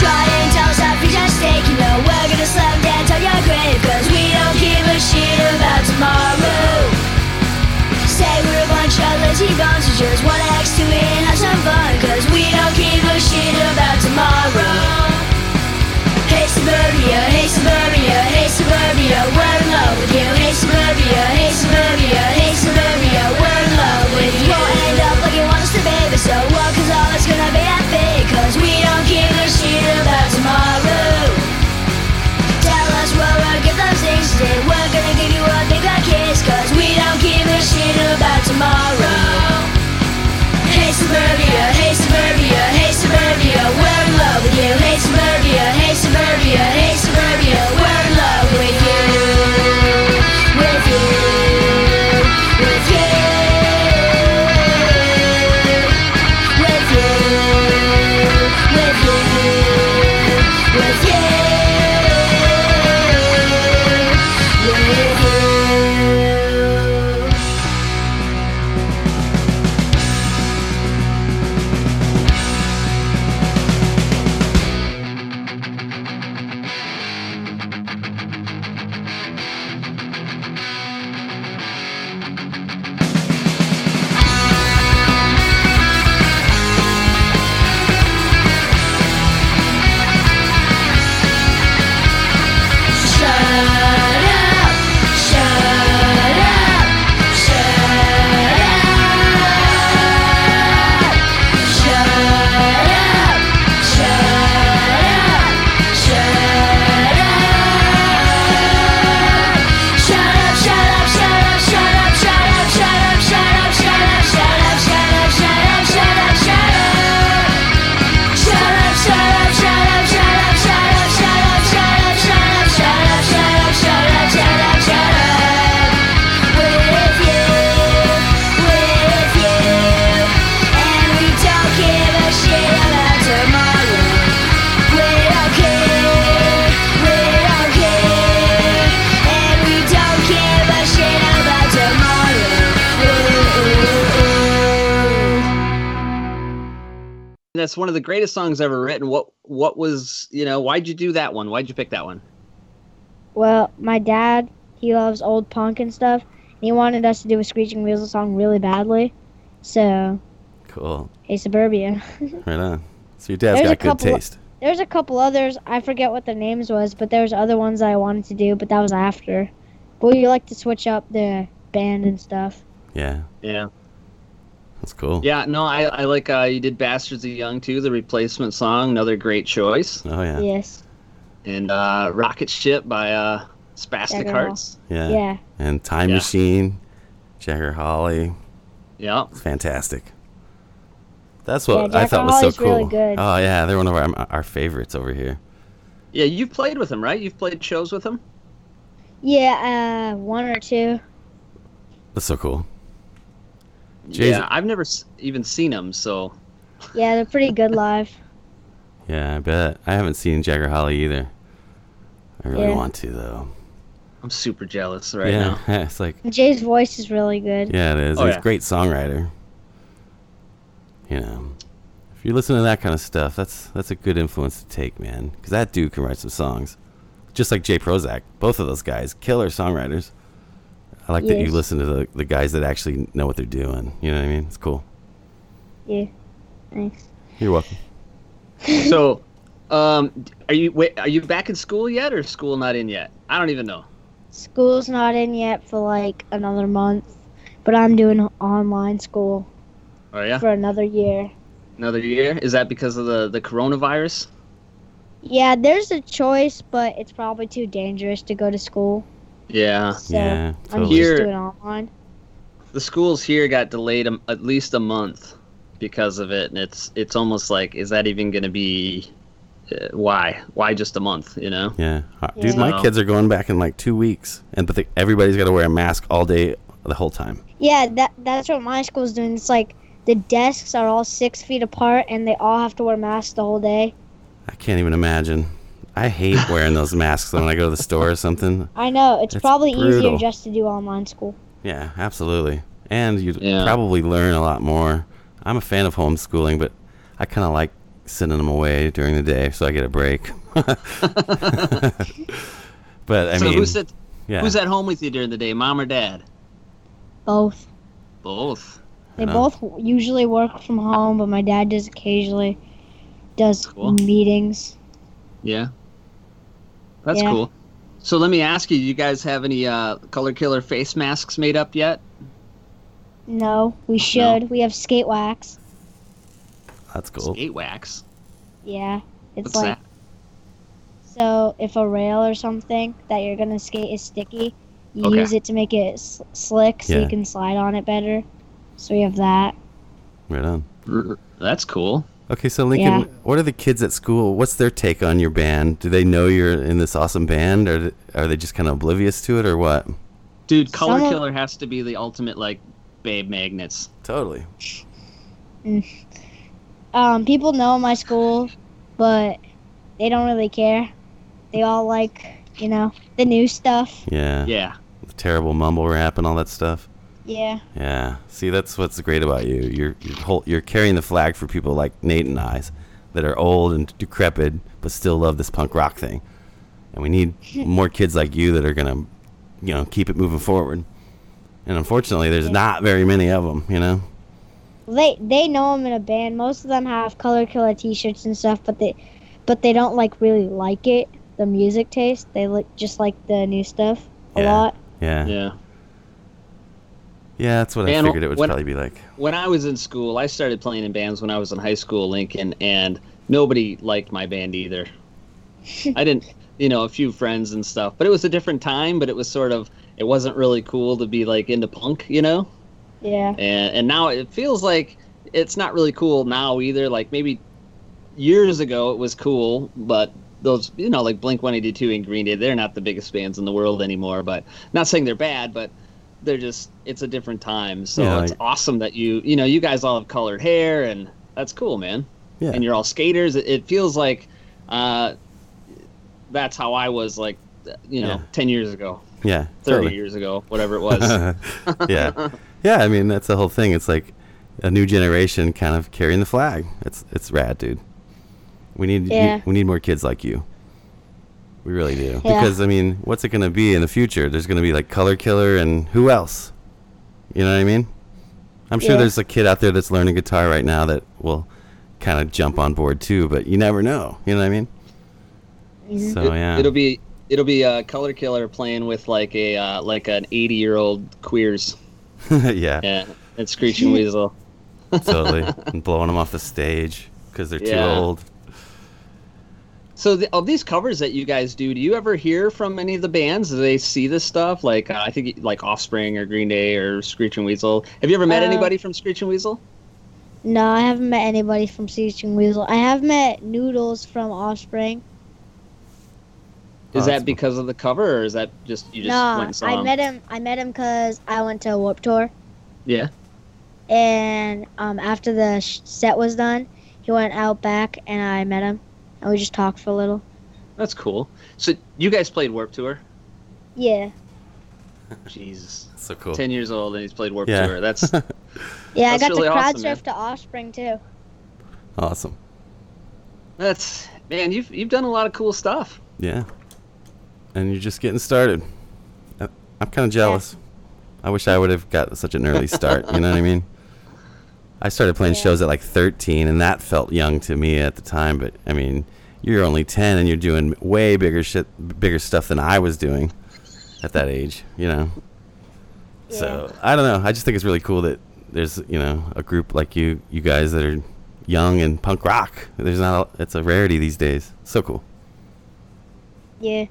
Speaker 10: Trying tells our feet are staking though we're gonna slam dance on your grave Cause we don't give a shit about tomorrow Say we're a bunch of lazy bones who just wanna X to it and have some fun Cause we don't give a
Speaker 8: this one of the greatest songs ever written. What what was you know why'd you do that one? Why'd you pick that one?
Speaker 5: Well, my dad, he loves old punk and stuff, and he wanted us to do a Screeching Weasel song really badly. So,
Speaker 7: Cool.
Speaker 5: hey, Suburbia.
Speaker 7: Right on. So your dad's got good
Speaker 5: couple.
Speaker 7: taste.
Speaker 5: There's a couple others. I forget what the names was, but there was other ones I wanted to do, but that was after. But we like to switch up the band and stuff.
Speaker 7: Yeah,
Speaker 8: Yeah,
Speaker 7: that's cool.
Speaker 8: yeah. No, I I like uh, you did "Bastards of Young" too, the replacement song. Another great choice.
Speaker 7: Oh yeah. Yeah.
Speaker 5: Yes.
Speaker 8: And uh, "Rocket Ship" by uh, Spastic
Speaker 5: Jaggernaut.
Speaker 8: Hearts.
Speaker 7: Yeah.
Speaker 5: Yeah.
Speaker 7: And Time
Speaker 8: Yeah.
Speaker 7: Machine, Jagger Holly.
Speaker 8: Yeah.
Speaker 7: It's fantastic. That's
Speaker 5: Yeah,
Speaker 7: what I
Speaker 5: Jack
Speaker 7: thought was so
Speaker 5: Holly's
Speaker 7: cool.
Speaker 5: really good.
Speaker 7: Oh yeah, they're one of our, our favorites over here.
Speaker 8: Yeah, you've played with him, right? You've played shows with him.
Speaker 5: Yeah, uh, one or two.
Speaker 7: That's so cool. Jeez.
Speaker 8: Yeah, I've never s- even seen him, so
Speaker 5: Yeah, they're pretty good live.
Speaker 7: Yeah, I bet. I haven't seen Jagger Holly either. I really
Speaker 5: Yeah.
Speaker 7: want to though.
Speaker 8: I'm super jealous right
Speaker 7: yeah,
Speaker 8: now.
Speaker 7: it's like
Speaker 5: Jay's voice is really good.
Speaker 7: yeah, it is.
Speaker 8: Oh,
Speaker 7: He's a
Speaker 8: yeah.
Speaker 7: great songwriter. You know, if you listen to that kind of stuff, that's that's a good influence to take, man. Because that dude can write some songs, just like Jay Prozac. Both of those guys, killer songwriters. I like that you
Speaker 5: Yes.
Speaker 7: listen to the the guys that actually know what they're doing. You know what I mean? It's cool.
Speaker 5: Yeah. Thanks.
Speaker 7: You're welcome.
Speaker 8: so, um, are you wait, are you back in school yet, or is school not in yet? I don't even know.
Speaker 5: School's not in yet for like another month, but I'm doing online school
Speaker 8: Oh yeah,
Speaker 5: for another year.
Speaker 8: another year. Is that because of the the coronavirus?
Speaker 5: Yeah, there's a choice, but it's probably too dangerous to go to school.
Speaker 8: Yeah,
Speaker 5: So
Speaker 7: yeah,
Speaker 5: I'm
Speaker 7: totally.
Speaker 8: Here-
Speaker 5: just doing online.
Speaker 8: the schools here got delayed a, at least a month because of it, and it's it's almost like is that even going to be? Uh, why why just a month? You know?
Speaker 7: Yeah, Uh, dude,
Speaker 5: Yeah.
Speaker 7: my
Speaker 8: Wow.
Speaker 7: kids are going back in like two weeks, and but they, everybody's got to wear a mask all day the whole time.
Speaker 5: Yeah, that that's what my school's doing. It's like the desks are all six feet apart, and they all have to wear masks the whole day.
Speaker 7: I can't even imagine. I hate wearing those masks when I go to the store or something.
Speaker 5: I know it's
Speaker 7: That's
Speaker 5: probably
Speaker 7: brutal.
Speaker 5: easier just to do online school.
Speaker 7: Yeah, absolutely. And you
Speaker 8: Yeah.
Speaker 7: probably learn a lot more. I'm a fan of homeschooling, but I kind of like sending them away during the day so I get a break. but I
Speaker 8: so
Speaker 7: mean,
Speaker 8: who's at
Speaker 7: yeah,
Speaker 8: who's at home with you during the day, mom or dad?
Speaker 5: Both.
Speaker 8: Both.
Speaker 5: They
Speaker 7: know.
Speaker 5: both w- usually work from home, but my dad does occasionally does
Speaker 8: Cool.
Speaker 5: meetings.
Speaker 8: Yeah. That's
Speaker 5: Yeah.
Speaker 8: cool. So let me ask you, you guys have any uh, color killer face masks made up yet?
Speaker 5: No, we should. We have skate wax.
Speaker 7: that's cool.
Speaker 8: Skate wax.
Speaker 5: Yeah, it's
Speaker 8: What's
Speaker 5: like
Speaker 8: that?
Speaker 5: So if a rail or something that you're gonna skate is sticky, you
Speaker 8: Okay.
Speaker 5: use it to make it s- slick so
Speaker 7: Yeah.
Speaker 5: you can slide on it better. So we have that.
Speaker 7: Right on.
Speaker 8: R- That's cool.
Speaker 7: Okay, so Lincoln,
Speaker 5: Yeah.
Speaker 7: what are the kids at school? What's their take on your band? Do they know you're in this awesome band, or th- are they just kind of oblivious to it, or what?
Speaker 8: Dude, color
Speaker 5: Some of-
Speaker 8: killer has to be the ultimate like babe magnets.
Speaker 7: Totally.
Speaker 5: Um, people know my school, but they don't really care. They all like you know the new stuff.
Speaker 7: Yeah.
Speaker 8: Yeah.
Speaker 7: The terrible mumble rap and all that stuff.
Speaker 5: Yeah.
Speaker 7: Yeah. See, that's what's great about you. You're you're, whole, you're carrying the flag for people like Nate and I, that are old and decrepit but still love this punk rock thing. And we need more kids like you that are gonna, you know, keep it moving forward. And unfortunately, there's not very many of them. You know.
Speaker 5: They they know I'm in a band. Most of them have color killer T-shirts and stuff, but they but they don't like really like it. The music taste. They like just like the new stuff a
Speaker 7: Yeah.
Speaker 5: lot.
Speaker 7: Yeah. Yeah.
Speaker 8: Yeah.
Speaker 7: that's what
Speaker 8: Man,
Speaker 7: I figured it would
Speaker 8: when-
Speaker 7: probably be like.
Speaker 8: When I was in school, I started playing in bands when I was in high school, Lincoln, and nobody liked my band either. I didn't, you know, a few friends and stuff, but it was a different time, but it was sort of it wasn't really cool to be like into punk, you know?
Speaker 5: Yeah.
Speaker 8: and and now it feels like it's not really cool now either. Like maybe years ago it was cool, but those you know like Blink One Eighty Two and Green Day, they're not the biggest bands in the world anymore. But not saying they're bad, but they're just it's a different time. So
Speaker 7: Yeah,
Speaker 8: it's
Speaker 7: like-
Speaker 8: awesome that you you know you guys all have colored hair and that's cool, man.
Speaker 7: Yeah.
Speaker 8: And you're all skaters. It, it feels like uh, that's how I was like you know
Speaker 7: Yeah.
Speaker 8: ten years ago,
Speaker 7: Yeah.
Speaker 8: thirty
Speaker 7: totally.
Speaker 8: years ago, whatever it was.
Speaker 7: yeah. Yeah, I mean that's the whole thing. It's like a new generation kind of carrying the flag. It's it's rad, dude. We need you-
Speaker 5: Yeah.
Speaker 7: we need more kids like you. We really do.
Speaker 5: Yeah.
Speaker 7: Because I mean, what's it going to be in the future? There's going to be like Color Killer and who else? You know what I mean? I'm sure
Speaker 5: Yeah.
Speaker 7: there's a kid out there that's learning guitar right now that will kind of jump on board too, but you never know. You know what I mean?
Speaker 5: Mm-hmm.
Speaker 7: So
Speaker 8: It-
Speaker 7: Oh, yeah.
Speaker 8: It'll be it'll be uh, Color Killer playing with like a uh, like an eighty year old queers.
Speaker 7: yeah.
Speaker 8: Yeah, and Screeching Weasel.
Speaker 7: Totally. And blowing them off the stage because they're
Speaker 8: Yeah.
Speaker 7: too old.
Speaker 8: So the, of these covers that you guys do, do you ever hear from any of the bands? Do they see this stuff? Like uh, I think like Offspring or Green Day or Screeching Weasel. Have you ever met
Speaker 5: Uh,
Speaker 8: anybody from Screeching Weasel?
Speaker 5: No, I haven't met anybody from Screeching Weasel. I have met Noodles from Offspring.
Speaker 8: Is
Speaker 7: Oh, that's-
Speaker 8: that because of the cover, or is that just you just went
Speaker 5: No,
Speaker 8: and saw
Speaker 5: I
Speaker 8: him?
Speaker 5: met him. I met him because I went to a Warp Tour,
Speaker 8: Yeah.
Speaker 5: and um, after the sh- set was done, he went out back, and I met him, and we just talked for a little.
Speaker 8: That's cool. So you guys played Warp Tour?
Speaker 5: Yeah,
Speaker 8: Jesus.
Speaker 7: So cool.
Speaker 8: Ten years old and he's played Warp
Speaker 7: Yeah.
Speaker 8: Tour. That's
Speaker 5: yeah,
Speaker 8: That's
Speaker 5: I got
Speaker 8: really
Speaker 5: to crowd
Speaker 8: awesome, man.
Speaker 5: surf to Offspring too.
Speaker 7: Awesome.
Speaker 8: that's man. You've you've done a lot of cool stuff.
Speaker 7: Yeah. And you're just getting started. I- I'm kind of jealous. I wish I would have got such an early start. you know what I mean? I started playing
Speaker 5: Yeah.
Speaker 7: shows at like 13, and that felt young to me at the time. But I mean, you're only 10, and you're doing way bigger shit, bigger stuff than I was doing at that age. You know. So I don't know. I just think it's really cool that there's you know a group like you, you guys that are young and punk rock. There's not. It's a rarity these days. So cool.
Speaker 5: Yeah,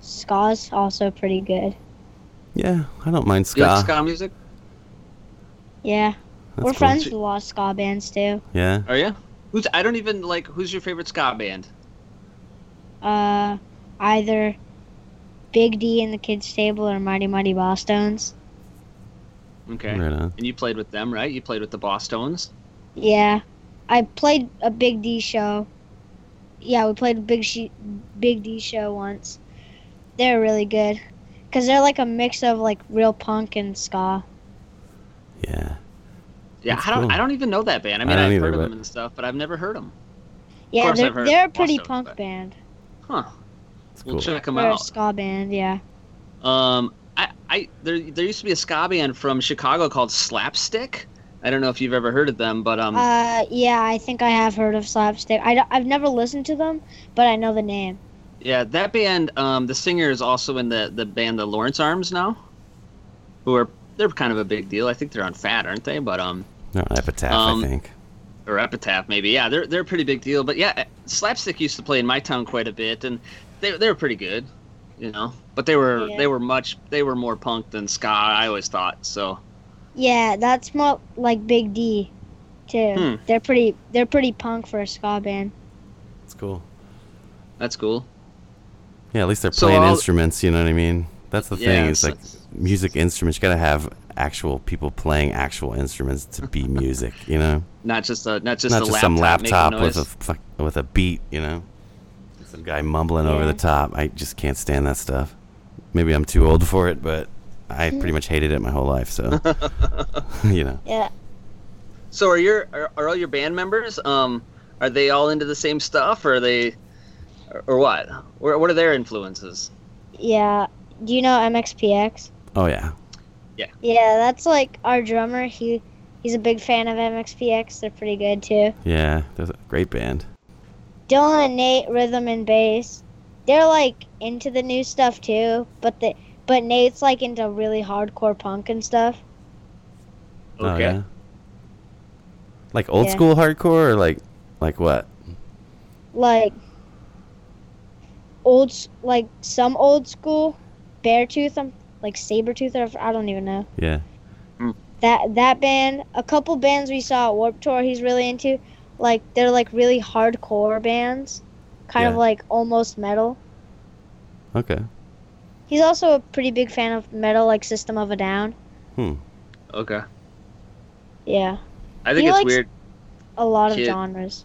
Speaker 5: Ska's also pretty good.
Speaker 7: Yeah, I don't mind
Speaker 8: Do you like
Speaker 7: ska.
Speaker 8: ska music?
Speaker 5: Yeah,
Speaker 7: That's
Speaker 5: we're
Speaker 7: cool.
Speaker 5: friends with a lot of ska bands too.
Speaker 7: Yeah.
Speaker 8: Are you? Who's I don't even like. Who's your favorite ska band?
Speaker 5: Uh, either Big D and the Kids Table or Mighty Mighty Bosstones.
Speaker 8: Okay.
Speaker 7: Right on.
Speaker 8: And you played with them, right? You played with the Bosstones.
Speaker 5: Yeah, I played a Big D show. Yeah, we played a Big she- Big D show once. They're really good, cause they're like a mix of like real punk and ska.
Speaker 7: Yeah.
Speaker 8: Yeah,
Speaker 7: That's
Speaker 8: I don't.
Speaker 7: cool.
Speaker 8: I don't even know that band. I
Speaker 7: I
Speaker 8: mean,
Speaker 7: don't
Speaker 8: I've
Speaker 7: either,
Speaker 8: heard of
Speaker 7: but-
Speaker 8: them and stuff, but I've never heard them.
Speaker 5: Yeah,
Speaker 8: course
Speaker 5: they're
Speaker 8: I've heard
Speaker 5: they're a
Speaker 8: of
Speaker 5: pretty
Speaker 8: Bosstones,
Speaker 5: punk
Speaker 8: but-
Speaker 5: band.
Speaker 8: Huh?
Speaker 7: It's
Speaker 8: We'll
Speaker 7: cool.
Speaker 8: check them
Speaker 5: They're a
Speaker 8: out.
Speaker 5: ska band. Yeah.
Speaker 8: Um, I, I there there used to be a ska band from Chicago called Slapstick. I don't know if you've ever heard of them, but um,
Speaker 5: Uh, yeah, I think I have heard of Slapstick. I have never listened to them, but I know the name.
Speaker 8: yeah, that band. Um, the singer is also in the the band the Lawrence Arms now, who are they're kind of a big deal. I think they're on Fat, aren't they? But um,
Speaker 7: No, epitaph,
Speaker 8: Um,
Speaker 7: I think.
Speaker 8: or Epitaph maybe. Yeah, they're they're a pretty big deal. But yeah, Slapstick used to play in my town quite a bit, and they they were pretty good, you know. But they were
Speaker 5: Yeah.
Speaker 8: they were much they were more punk than ska. I always thought so.
Speaker 5: Yeah, that's more like Big D, too.
Speaker 8: Hmm.
Speaker 5: They're pretty. They're pretty punk for a ska band.
Speaker 7: It's cool.
Speaker 8: That's cool.
Speaker 7: Yeah, at least they're
Speaker 8: So
Speaker 7: playing
Speaker 8: I'll-
Speaker 7: instruments. You know what I mean? That's the
Speaker 8: Yeah,
Speaker 7: thing. It's like
Speaker 8: it's-
Speaker 7: music instruments. You gotta have actual people playing actual instruments to be music. You know,
Speaker 8: Not just a not just
Speaker 7: not
Speaker 8: a
Speaker 7: just
Speaker 8: laptop
Speaker 7: some
Speaker 8: making
Speaker 7: laptop with
Speaker 8: noise.
Speaker 7: a fuck- with a beat. You know, some guy mumbling over
Speaker 5: Yeah.
Speaker 7: the top. I just can't stand that stuff. Maybe I'm too old for it, but I
Speaker 5: Mm.
Speaker 7: pretty much hated it my whole life. So, you know,
Speaker 5: Yeah.
Speaker 8: So are your are, are all your band members? Um, are they all into the same stuff, or are they, or, or what? Or, what are their influences?
Speaker 5: Yeah. Do you know MXPX?
Speaker 7: oh yeah,
Speaker 5: Yeah, that's like our drummer. He he's a big fan of MXPX. They're pretty good too.
Speaker 7: yeah, there's a great band.
Speaker 5: Dylan and Nate, rhythm and bass. They're like into the new stuff too, but the but Nate's like into really hardcore punk and stuff.
Speaker 7: Oh, yeah. Like old school hardcore or like like what?
Speaker 5: like old s- like some old school bear tooth um, like saber tooth or i don't even know
Speaker 7: Yeah.
Speaker 5: that that band a couple bands we saw at warp tour he's really into like they're like really hardcore bands kind of
Speaker 7: Yeah.
Speaker 5: like almost metal
Speaker 7: Okay.
Speaker 5: he's also a pretty big fan of metal like system of a down
Speaker 7: Hmm.
Speaker 8: Okay.
Speaker 5: yeah
Speaker 8: I think
Speaker 5: He
Speaker 8: it's
Speaker 5: likes-
Speaker 8: weird.
Speaker 5: a lot of
Speaker 8: Kid.
Speaker 5: genres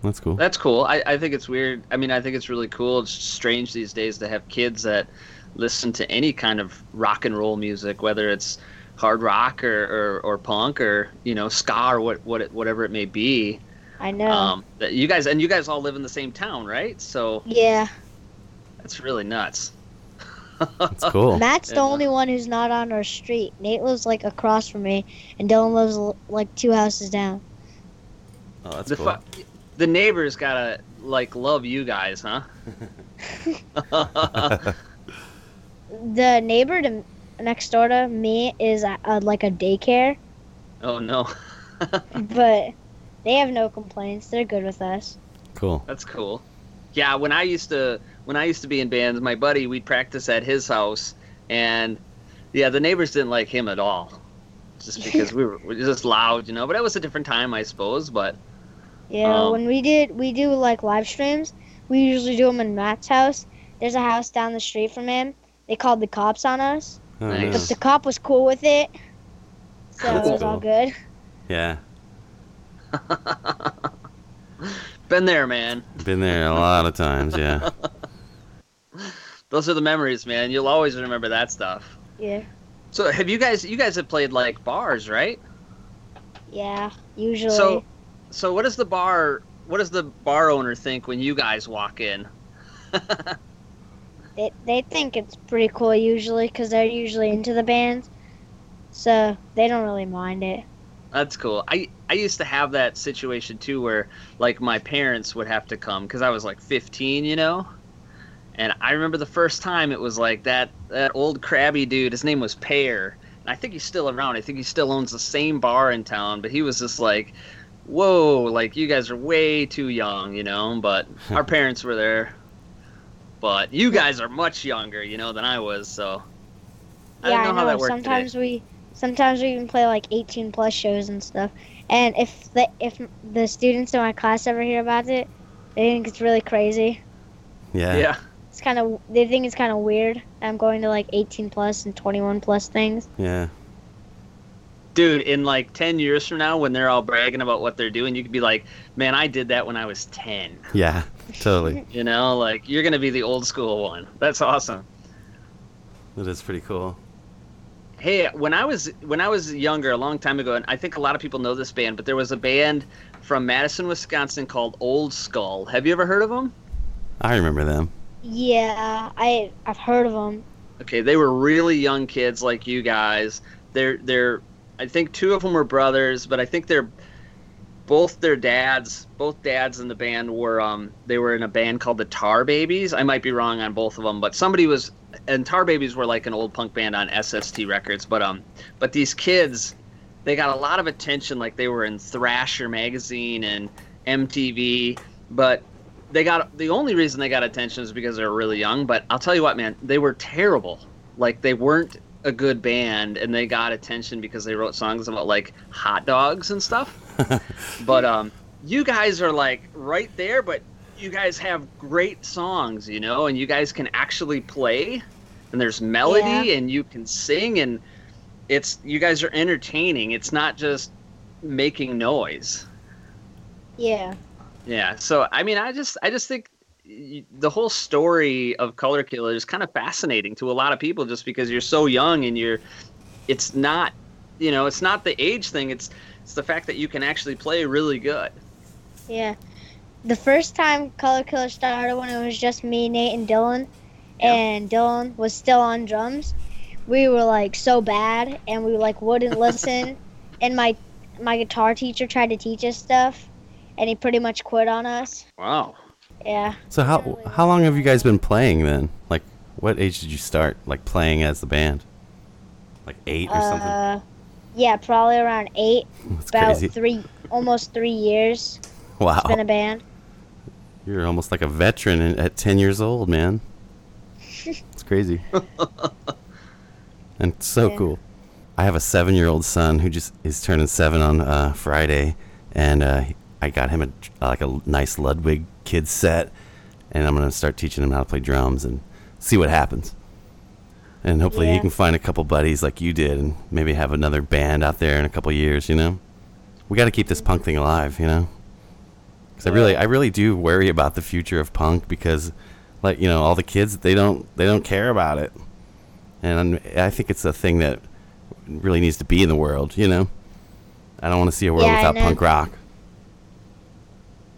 Speaker 7: That's cool.
Speaker 8: That's cool. I, I think it's weird. I mean, I think it's really cool. It's strange these days to have kids that listen to any kind of rock and roll music, whether it's hard rock or, or, or punk or you know ska or what, what it, whatever it may be.
Speaker 5: I know.
Speaker 8: Um, that you guys and you guys all live in the same town, right? So
Speaker 5: yeah.
Speaker 8: that's really nuts.
Speaker 7: It's cool.
Speaker 5: Matt's
Speaker 8: Yeah.
Speaker 5: the only one who's not on our street. Nate lives like across from me, and Dylan lives l- like two houses down.
Speaker 7: Oh, that's
Speaker 8: The,
Speaker 7: cool.
Speaker 8: fu- the neighbors gotta like love you guys, huh?
Speaker 5: The neighbor to next door to me is a, a, like a daycare,
Speaker 8: oh no,
Speaker 5: but they have no complaints. They're good with us.
Speaker 7: cool.
Speaker 8: that's cool. Yeah, when I used to when I used to be in bands, my buddy we'd practice at his house, and yeah, the neighbors didn't like him at all, just because we were, we were just loud, you know. But it was a different time, I suppose. But
Speaker 5: Yeah,
Speaker 8: Um,
Speaker 5: when we did we do like live streams, we usually do them in Matt's house. There's a house down the street from him. They called the cops on us,
Speaker 7: Oh,
Speaker 8: Nice.
Speaker 5: but
Speaker 7: nice.
Speaker 5: the cop was cool with it, so
Speaker 7: That's
Speaker 5: it was all
Speaker 7: cool.
Speaker 5: good.
Speaker 7: Yeah,
Speaker 8: been there, man.
Speaker 7: been there a lot of times. Yeah,
Speaker 8: Those are the memories, man. You'll always remember that stuff.
Speaker 5: Yeah,
Speaker 8: So have you guys? You guys have played like bars, right?
Speaker 5: yeah. Usually,
Speaker 8: So, so what does the bar? What does the bar owner think when you guys walk in?
Speaker 5: they they think it's pretty cool usually because they're usually into the bands, so they don't really mind it.
Speaker 8: That's cool. I I used to have that situation too, where like my parents would have to come because I was like 15, you know. And I remember the first time it was like that that old crabby dude. His name was Pear, and I think he's still around. I think he still owns the same bar in town. But he was just like, "Whoa, like you guys are way too young," you know. But our parents were there. But you guys are much younger, you know, than I was. So I
Speaker 5: yeah,
Speaker 8: don't know, how that worked. today.
Speaker 5: sometimes we sometimes we even play like 18 plus shows and stuff. And if the if the students in my class ever hear about it, they think it's really crazy.
Speaker 7: yeah,
Speaker 8: yeah.
Speaker 5: It's kind of they think it's kind of weird. that I'm going to like 18 plus and 21 plus things.
Speaker 7: yeah.
Speaker 8: dude in like 10 years from now when they're all bragging about what they're doing you could be like man i did that when i was 10
Speaker 7: yeah. Totally.
Speaker 8: you know like you're gonna be the old school one that's awesome
Speaker 7: That is pretty cool.
Speaker 8: hey when i was when i was younger a long time ago and i think a lot of people know this band but there was a band from madison wisconsin called old skull have you ever heard of them
Speaker 7: I remember them.
Speaker 5: Yeah, I I've heard of them.
Speaker 8: Okay, they were really young kids like you guys. They're they're I think two of them were brothers, but I think they're both their dads, both dads in the band were um they were in a band called the Tar Babies. I might be wrong on both of them, but somebody was and Tar Babies were like an old punk band on SST Records, but um but these kids they got a lot of attention like they were in Thrasher magazine and MTV, but they got the only reason they got attention is because they were really young. But I'll tell you what, man, they were terrible. Like they weren't a good band, and they got attention because they wrote songs about like hot dogs and stuff. but um, you guys are like right there, but you guys have great songs, you know, and you guys can actually play, and there's melody,
Speaker 5: Yeah.
Speaker 8: and you can sing, and it's you guys are entertaining. It's not just making noise.
Speaker 5: Yeah.
Speaker 8: Yeah. So I mean, I just I just think y- the whole story of Color Killer is kind of fascinating to a lot of people, just because you're so young and you're. It's not, you know, it's not the age thing. It's it's the fact that you can actually play really good.
Speaker 5: Yeah. The first time Color Killer started when it was just me, Nate, and Dylan,
Speaker 8: Yeah.
Speaker 5: and Dylan was still on drums, we were like so bad and we like wouldn't listen. and my my guitar teacher tried to teach us stuff and he pretty much quit on us.
Speaker 8: Wow.
Speaker 5: Yeah.
Speaker 7: So how how long have you guys been playing then? Like, what age did you start like playing as the band? Like eight or something.
Speaker 5: Uh, yeah, probably around eight,
Speaker 7: That's
Speaker 5: about
Speaker 7: crazy. Oh,
Speaker 5: three almost three years
Speaker 7: wow,
Speaker 5: been a band.
Speaker 7: you're almost like a veteran in- at ten years old, man. It's crazy. and it's so
Speaker 5: Yeah.
Speaker 7: cool. I have a seven-year-old son who just is turning seven on uh, Friday, and uh, I got him a like a nice Ludwig kid set, and I'm gonna start teaching him how to play drums and see what happens. And hopefully he
Speaker 5: Yeah.
Speaker 7: can find a couple buddies like you did, and maybe have another band out there in a couple years. You know, we got to keep this punk thing alive. You know, because I really, I really do worry about the future of punk because, like you know, all the kids they don't they don't care about it and I think it's a thing that really needs to be in the world, you know? I don't want to see a world
Speaker 5: Yeah, I
Speaker 7: without
Speaker 5: know.
Speaker 7: punk rock.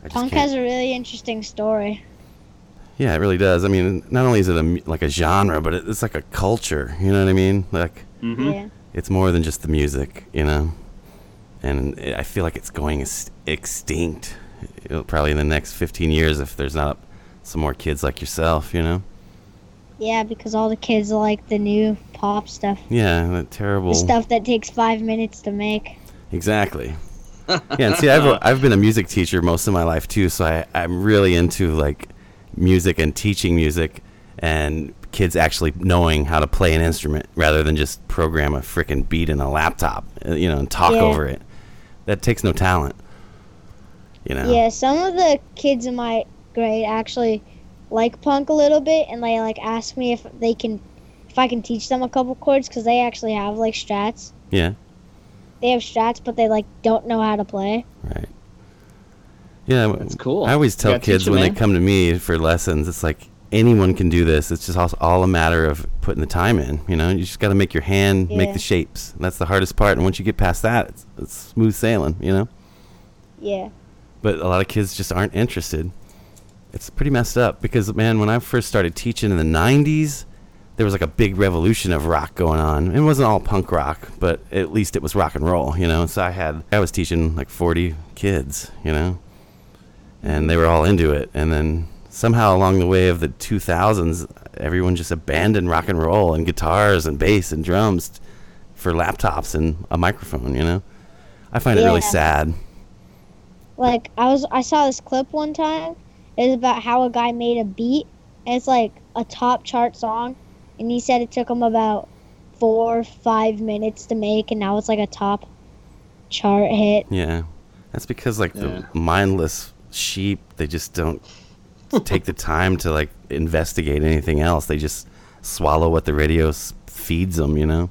Speaker 7: I just
Speaker 5: Punk
Speaker 7: can't-
Speaker 5: has a really interesting story.
Speaker 7: Yeah, it really does. I mean, not only is it a, mu- like a genre, but it, it's like a culture. You know what I mean? Like,
Speaker 5: Yeah.
Speaker 7: it's more than just the music, you know. And it, I feel like it's going ex- extinct. It'll probably in the next 15 years if there's not some more kids like yourself, you know.
Speaker 5: Yeah, because all the kids like the new pop stuff.
Speaker 7: Yeah, that terrible.
Speaker 5: The stuff that takes five minutes to make.
Speaker 7: Exactly. yeah, and see, I've I've been a music teacher most of my life too, so I I'm really into like music and teaching music and kids actually knowing how to play an instrument rather than just program a freaking beat in a laptop, uh, you know, and talk
Speaker 5: Yeah.
Speaker 7: over it. That takes no talent. You know.
Speaker 5: Yeah, some of the kids in my grade actually like punk a little bit, and they like ask me if they can, if I can teach them a couple chords, because they actually have like strats.
Speaker 7: Yeah.
Speaker 5: They have strats, but they like don't know how to play.
Speaker 7: Right. Yeah, that's
Speaker 8: cool.
Speaker 7: I always
Speaker 8: You
Speaker 7: tell
Speaker 8: gotta teach
Speaker 7: kids
Speaker 8: 'em,
Speaker 7: when
Speaker 8: man.
Speaker 7: they come to me for lessons, it's like anyone can do this. It's just all, all a matter of putting the time in. You know, you just got to make your hand make
Speaker 5: Yeah.
Speaker 7: the shapes. That's the hardest part. And once you get past that, it's, it's smooth sailing. You know,
Speaker 5: Yeah.
Speaker 7: but a lot of kids just aren't interested. It's pretty messed up because man, when I first started teaching in the '90s, there was like a big revolution of rock going on. It wasn't all punk rock, but at least it was rock and roll. You know, so I had I was teaching like 40 kids. You know and they were all into it. And then somehow along the way of the 2000s, everyone just abandoned rock and roll and guitars and bass and drums t- for laptops and a microphone. You know, I find it really
Speaker 5: Yeah.
Speaker 7: sad.
Speaker 5: Like I was, I saw this clip one time. It was about how a guy made a beat. And it's like a top chart song, and he said it took him about four, five minutes to make, and now it's like a top chart hit.
Speaker 7: Yeah, that's because like
Speaker 8: Yeah.
Speaker 7: the mindless sheep, they just don't take the time to like investigate anything else. They just swallow what the radio s- feeds them. You know,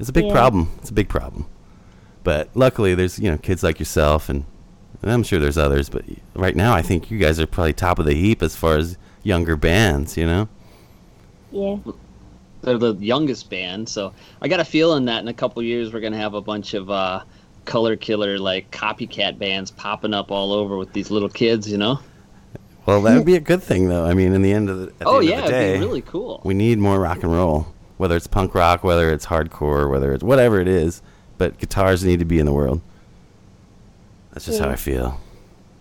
Speaker 7: it's a big
Speaker 5: Yeah.
Speaker 7: problem. It's a big problem. But luckily, there's you know kids like yourself, and, and I'm sure there's others. But right now, I think you guys are probably top of the heap as far as younger bands. You know.
Speaker 5: Yeah.
Speaker 8: They're the youngest band, so I got a feeling that in a couple years we're gonna have a bunch of uh, color killer like copycat bands popping up all over with these little kids. You know?
Speaker 7: Well, that would be a good thing, though. I mean, in the end of the at the
Speaker 8: oh
Speaker 7: end of
Speaker 8: yeah,
Speaker 7: the day,
Speaker 8: it'd be really cool.
Speaker 7: We need more rock and roll, whether it's punk rock, whether it's hardcore, whether it's whatever it is. But guitars need to be in the world. That's just how
Speaker 5: Yeah.
Speaker 7: I feel.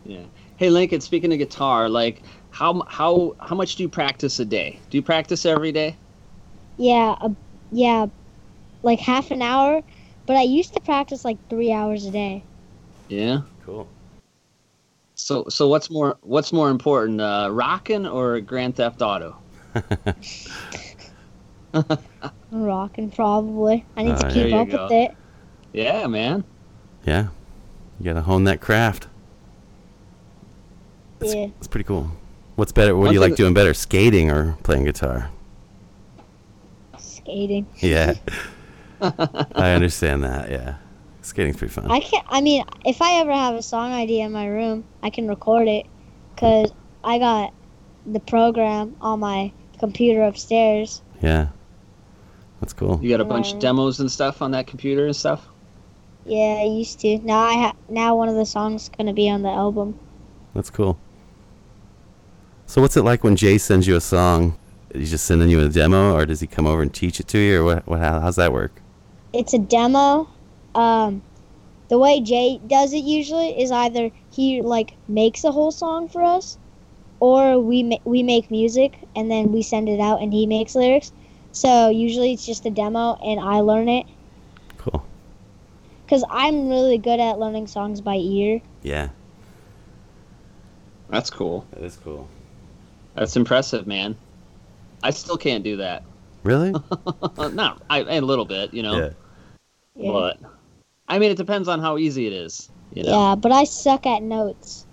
Speaker 8: Yeah. Hey Lincoln, speaking of guitar, like how m- how how much do you practice a day? Do you practice every day?
Speaker 5: Yeah, a, yeah, like half an hour. But I used to practice like three hours a day.
Speaker 8: Yeah.
Speaker 7: Cool.
Speaker 8: So so what's more what's more important, uh, rockin' or Grand Theft Auto?
Speaker 5: Rocking probably. I need
Speaker 7: Ah,
Speaker 5: to
Speaker 7: there
Speaker 5: keep
Speaker 8: you
Speaker 5: up
Speaker 8: go.
Speaker 5: with it.
Speaker 8: Yeah, man.
Speaker 7: Yeah, you gotta hone that craft. It's,
Speaker 5: Yeah.
Speaker 7: it's pretty cool. What's better? What
Speaker 8: One
Speaker 7: do you
Speaker 8: thing
Speaker 7: like
Speaker 8: that-
Speaker 7: doing better, skating or playing guitar?
Speaker 5: Skating.
Speaker 7: Yeah, I understand that. Yeah, skating's pretty fun.
Speaker 5: I can I mean, if I ever have a song idea in my room, I can record it cuz I got the program on my computer upstairs.
Speaker 7: yeah, that's cool.
Speaker 8: You got a bunch
Speaker 5: Yeah.
Speaker 8: of demos and stuff on that computer and stuff?
Speaker 5: Yeah, I used to. Now I ha- now one of the songs is going to be on the album.
Speaker 7: That's cool. So what's it like when Jay sends you a song? Is he just sending you a demo, or does he come over and teach it to you, or what? what how, how's that work?
Speaker 5: It's a demo. Um the way Jay does it usually is either he like makes a whole song for us or we ma- we make music and then we send it out and he makes lyrics. So usually it's just a demo and I learn it
Speaker 7: Cool.
Speaker 5: because I'm really good at learning songs by ear.
Speaker 7: Yeah,
Speaker 8: That's cool.
Speaker 7: that is cool.
Speaker 8: That's impressive, man. I still can't do that.
Speaker 7: Really?
Speaker 8: Uh, not I, a little bit, you know.
Speaker 7: Yeah.
Speaker 5: Yeah.
Speaker 8: But I mean, it depends on how easy it is. You know?
Speaker 5: Yeah, but I suck at notes.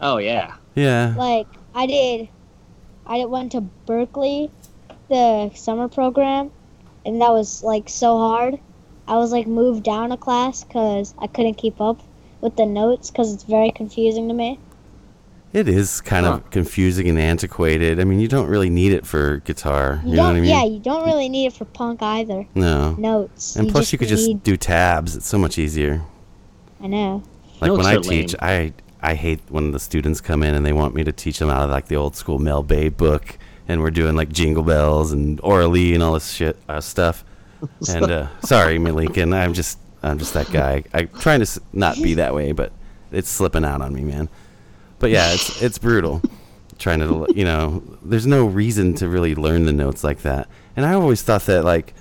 Speaker 8: Oh yeah.
Speaker 7: Yeah.
Speaker 5: Like I did, I did- went to Berkeley, the summer program, and that was like so hard. I was like moved down a class because I couldn't keep up with the notes because it's very confusing to me.
Speaker 7: It is kind of confusing and antiquated. I mean, you don't really need it for guitar. You
Speaker 5: You
Speaker 7: know what I
Speaker 5: don't-
Speaker 7: mean?
Speaker 5: yeah, you don't really need it for punk either.
Speaker 7: No.
Speaker 5: Notes.
Speaker 7: And
Speaker 5: you
Speaker 7: plus,
Speaker 5: just
Speaker 7: you could just
Speaker 5: need-
Speaker 7: do tabs. It's so much easier.
Speaker 5: I know.
Speaker 7: Like
Speaker 8: Notes
Speaker 7: when I
Speaker 8: are lame.
Speaker 7: teach, I I hate when the students come in and they want me to teach them out of like the old school Mel Bay book, and we're doing like Jingle Bells and Orally and all this shit uh, stuff. And uh, sorry, Malinkin, I'm just I'm just that guy. I'm trying to s- not be that way, but it's slipping out on me, man. But yeah, it's it's brutal. trying to you know, there's no reason to really learn the notes like that. And I always thought that like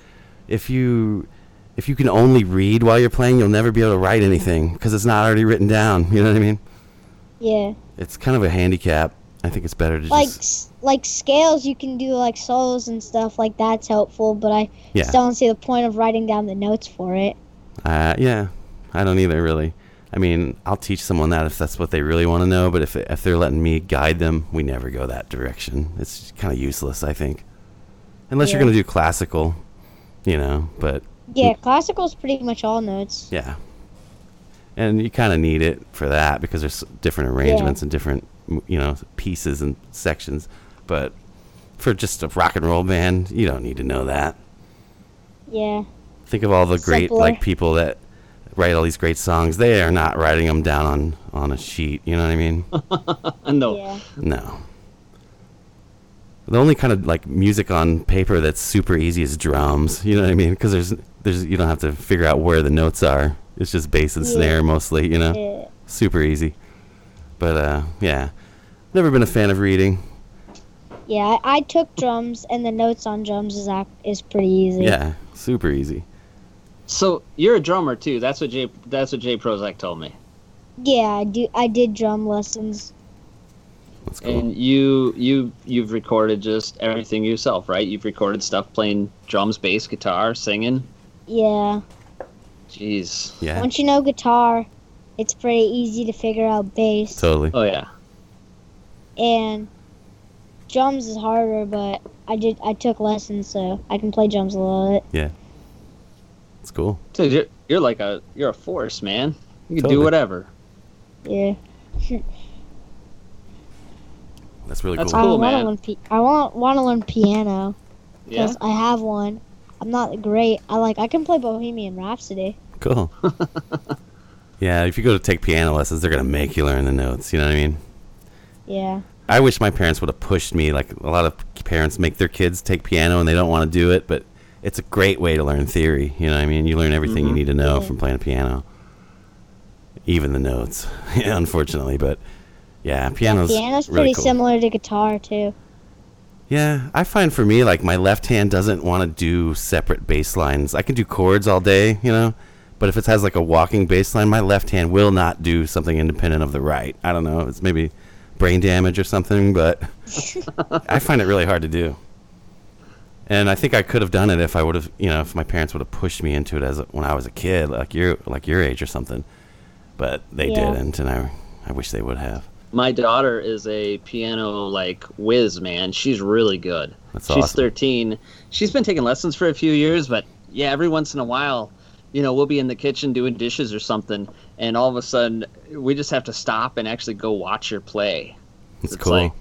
Speaker 7: if you if you can only read while you're playing, you'll never be able to write anything because it's not already written down. You know what I mean?
Speaker 5: Yeah.
Speaker 7: It's kind of a handicap. I think it's better to
Speaker 5: Like
Speaker 7: just
Speaker 5: s- like scales, you can do like solos and stuff like that's helpful. But I
Speaker 7: Yeah.
Speaker 5: still don't see the point of writing down the notes for it.
Speaker 7: uh, yeah. I don't either really. I mean, I'll teach someone that if that's what they really want to know, but if if they're letting me guide them, we never go that direction. It's kind of useless, I think. Unless you're
Speaker 5: Yeah.
Speaker 7: going to do classical, you know, but
Speaker 5: Yeah, classical's pretty much all notes.
Speaker 7: Yeah. And you kind of need it for that because there's different arrangements and different, m- you know, pieces and sections. But for just a rock and roll band, you don't need to know that.
Speaker 5: Yeah.
Speaker 7: Think of all the great
Speaker 5: Simpler.
Speaker 7: like people that write all these great songs. They are not writing them down on on a sheet. You know what I mean?
Speaker 8: no.
Speaker 5: Yeah.
Speaker 7: no. The only kind of like music on paper that's super easy is drums. You know what I mean? Because there's there's you don't have to figure out where the notes are. It's just bass and
Speaker 5: Yeah.
Speaker 7: snare mostly. You know
Speaker 5: Yeah. uh,
Speaker 7: super easy. But uh, yeah, never been a fan of reading.
Speaker 5: Yeah, I, I took drums, and the notes on drums is ac- is pretty easy.
Speaker 7: Yeah, super easy.
Speaker 8: So you're a drummer too. That's what Jay. That's what Jay Prozac told me.
Speaker 5: Yeah, I do. I did drum lessons.
Speaker 7: That's cool.
Speaker 8: And you you you've recorded just everything yourself, right? You've recorded stuff playing drums, bass, guitar, singing.
Speaker 5: Yeah.
Speaker 8: Jeez.
Speaker 7: yeah,
Speaker 5: Once you know guitar, it's pretty easy to figure out bass.
Speaker 7: totally.
Speaker 8: Oh yeah.
Speaker 5: and drums is harder, but I did. I took lessons, so I can play drums a little bit.
Speaker 7: It's cool.
Speaker 8: Dude, you're, you're like a you're a force, man. You can
Speaker 7: Totally.
Speaker 8: do whatever.
Speaker 5: Yeah.
Speaker 7: That's really
Speaker 8: That's
Speaker 7: cool.
Speaker 5: I
Speaker 8: cool,
Speaker 5: wanna
Speaker 8: man.
Speaker 5: Learn pi- I want want to learn piano
Speaker 8: Yeah.
Speaker 5: because I have one. I'm not great. I like. I can play Bohemian Rhapsody.
Speaker 7: Cool. yeah, if you go to take piano lessons, they're gonna make you learn the notes. You know what I mean?
Speaker 5: Yeah.
Speaker 7: I wish my parents would have pushed me. Like a lot of parents make their kids take piano and they don't want to do it, but it's a great way to learn theory. You know what I mean? You learn everything you need to know
Speaker 5: Yeah.
Speaker 7: from playing piano, even the notes. yeah, unfortunately, but yeah, piano's,
Speaker 5: Piano's
Speaker 7: really
Speaker 5: pretty
Speaker 7: cool.
Speaker 5: similar to guitar too.
Speaker 7: Yeah, I find for me like my left hand doesn't want to do separate bass lines. I can do chords all day, you know, but if it has like a walking bass line, my left hand will not do something independent of the right. I don't know, it's maybe brain damage or something, but I find it really hard to do. And I think I could have done it if I would have, you know, if my parents would have pushed me into it as a, when I was a kid, like your like your age or something. But they
Speaker 5: Yeah.
Speaker 7: didn't, and I I wish they would have.
Speaker 8: My daughter is a piano like whiz, man. She's really good.
Speaker 7: That's
Speaker 8: She's
Speaker 7: awesome.
Speaker 8: 13. She's been taking lessons for a few years, but yeah, every once in a while, you know, we'll be in the kitchen doing dishes or something, and all of a sudden, we just have to stop and actually go watch her play.
Speaker 7: It's,
Speaker 8: It's
Speaker 7: cool.
Speaker 8: like,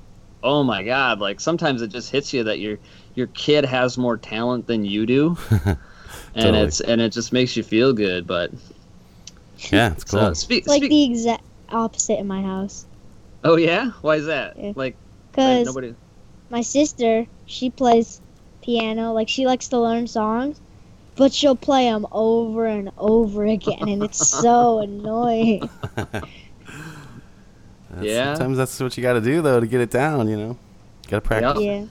Speaker 8: oh my god! Like sometimes it just hits you that your your kid has more talent than you do, and
Speaker 7: Totally.
Speaker 8: it's and it just makes you feel good. But
Speaker 7: yeah, it's cool.
Speaker 8: so, speak,
Speaker 5: It's like
Speaker 8: speak-
Speaker 5: the exact opposite in my house.
Speaker 8: oh yeah, why is that?
Speaker 5: Yeah.
Speaker 8: Like
Speaker 5: Cause
Speaker 8: nobody.
Speaker 5: my sister, she plays piano. Like she likes to learn songs, but she'll play them over and over again, and it's so annoying.
Speaker 7: That's-
Speaker 8: Yeah.
Speaker 7: Sometimes that's what you got to do though to get it down. You know, got to practice.
Speaker 5: Yeah.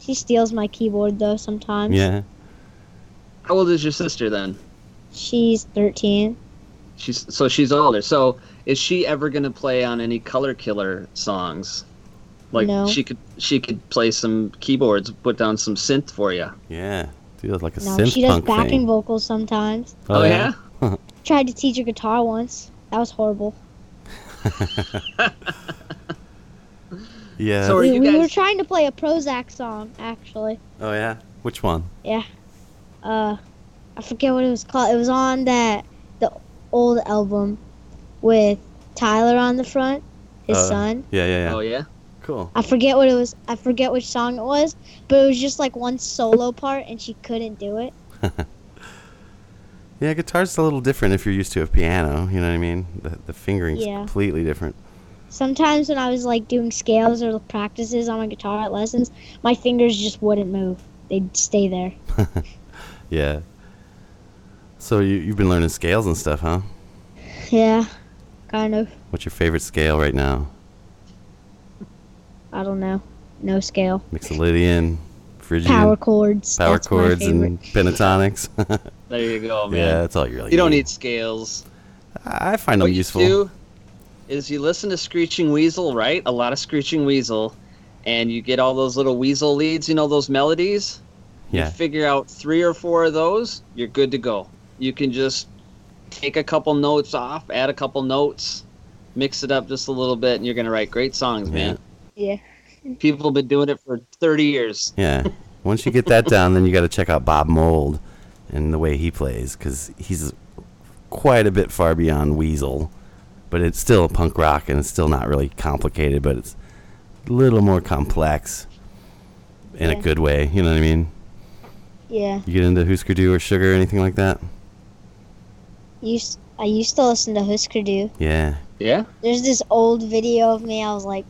Speaker 5: She steals my keyboard though sometimes.
Speaker 7: Yeah.
Speaker 8: How old is your sister then?
Speaker 5: She's 13.
Speaker 8: She's so she's older. So is she ever gonna play on any color killer songs? Like
Speaker 5: No.
Speaker 8: she could she could play some keyboards, put down some synth for you.
Speaker 7: Yeah. Dude, that's like a
Speaker 5: No,
Speaker 7: synth
Speaker 5: she does
Speaker 7: punk
Speaker 5: backing
Speaker 7: thing.
Speaker 5: vocals sometimes.
Speaker 8: Oh, yeah?
Speaker 5: Tried to teach her guitar once. That was horrible.
Speaker 7: Yeah.
Speaker 8: So are
Speaker 5: we,
Speaker 8: you
Speaker 5: we were
Speaker 8: guys-
Speaker 5: trying to play a Prozac song actually.
Speaker 7: oh yeah. Which one?
Speaker 5: Uh, I forget what it was called. It was on that the old album with Tyler on the front. his
Speaker 7: Uh,
Speaker 5: son.
Speaker 7: Yeah, yeah, yeah.
Speaker 8: Oh yeah.
Speaker 7: Cool.
Speaker 5: I forget what it was. I forget which song it was, but it was just like one solo part, and she couldn't do it.
Speaker 7: Yeah, guitar's a little different if you're used to a piano. You know what I mean? The, the fingering's
Speaker 5: Yeah.
Speaker 7: completely different.
Speaker 5: Sometimes when I was like doing scales or practices on my guitar at lessons, my fingers just wouldn't move. They'd stay there.
Speaker 7: Yeah. So you, you've been learning scales and stuff, huh?
Speaker 5: Yeah, kind of.
Speaker 7: What's your favorite scale right now?
Speaker 5: I don't know. No scale.
Speaker 7: Mixolydian, Phrygian,
Speaker 5: Power chords.
Speaker 7: power
Speaker 5: that's my
Speaker 7: chords,
Speaker 5: favorite.
Speaker 7: and pentatonics.
Speaker 8: There you go, man.
Speaker 7: yeah, that's all you really.
Speaker 8: You don't need scales.
Speaker 7: I find them
Speaker 8: what
Speaker 7: useful.
Speaker 8: you do is you listen to Screeching Weasel, right? A lot of Screeching Weasel, and you get all those little weasel leads. You know those melodies.
Speaker 7: yeah.
Speaker 8: Figure out three or four of those. You're good to go. You can just take a couple notes off, add a couple notes, mix it up just a little bit, and you're gonna write great songs, man.
Speaker 5: Yeah.
Speaker 8: People have been doing it for 30 years.
Speaker 7: Yeah. Once you get that down, then you got to check out Bob Mold and the way he plays because he's quite a bit far beyond Weasel, but it's still punk rock and it's still not really complicated, but it's a little more complex in
Speaker 5: Yeah.
Speaker 7: a good way. You know what I mean?
Speaker 5: Yeah.
Speaker 7: You get into Husker Du or Sugar or anything like that?
Speaker 5: Used. I used to listen to Husker Du.
Speaker 7: Yeah.
Speaker 8: Yeah.
Speaker 5: There's this old video of me. I was like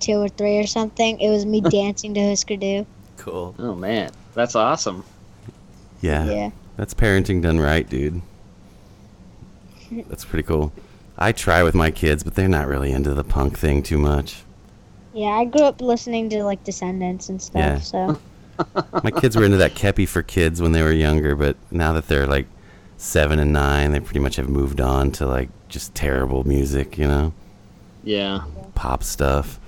Speaker 5: two or three or something. It was me dancing to Husker Du.
Speaker 7: Cool.
Speaker 8: Oh man, that's awesome.
Speaker 7: Yeah.
Speaker 5: Yeah.
Speaker 7: That's parenting done right, dude. That's pretty cool. I try with my kids, but they're not really into the punk thing too much.
Speaker 5: Yeah. I grew up listening to like Descendants and stuff.
Speaker 7: Yeah.
Speaker 5: So
Speaker 7: My kids were into that Kepi for kids when they were younger, but now that they're like seven and nine, they pretty much have moved on to like just terrible music, you know,
Speaker 8: Yeah.
Speaker 7: pop stuff.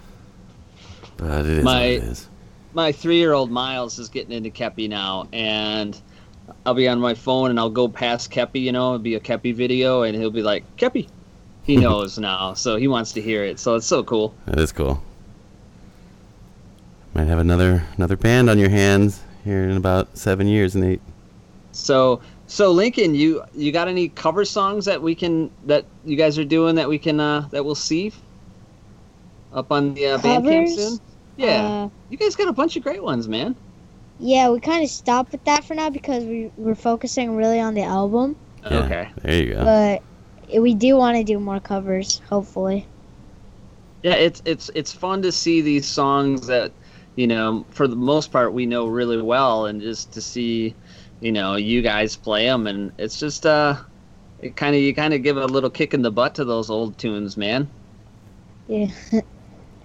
Speaker 7: But it is
Speaker 8: My-
Speaker 7: what it is.
Speaker 8: my three-year-old Miles is getting into Kepi now, and I'll be on my phone and I'll go past Kepi, you know, it'll be a Kepi video, and he'll be like Kepi. He knows now, so he wants to hear it. So it's so cool.
Speaker 7: That is cool. Might have another another band on your hands here in about seven years, Nate.
Speaker 8: So so Lincoln, you you got any cover songs that we can that you guys are doing that we can uh that we'll see up on the uh, Bandcamp
Speaker 5: Covers?
Speaker 8: soon? Yeah,
Speaker 5: uh,
Speaker 8: you guys got a bunch of great ones, man.
Speaker 5: yeah. We kind of stopped with that for now because we we're focusing really on the album.
Speaker 7: Yeah,
Speaker 8: Okay.
Speaker 7: There you go.
Speaker 5: But we do want to do more covers. Hopefully.
Speaker 8: Yeah, it's it's it's fun to see these songs that you know for the most part we know really well, and just to see you know you guys play them, and it's just uh, it kind of you kind of give a little kick in the butt to those old tunes, man.
Speaker 5: Yeah.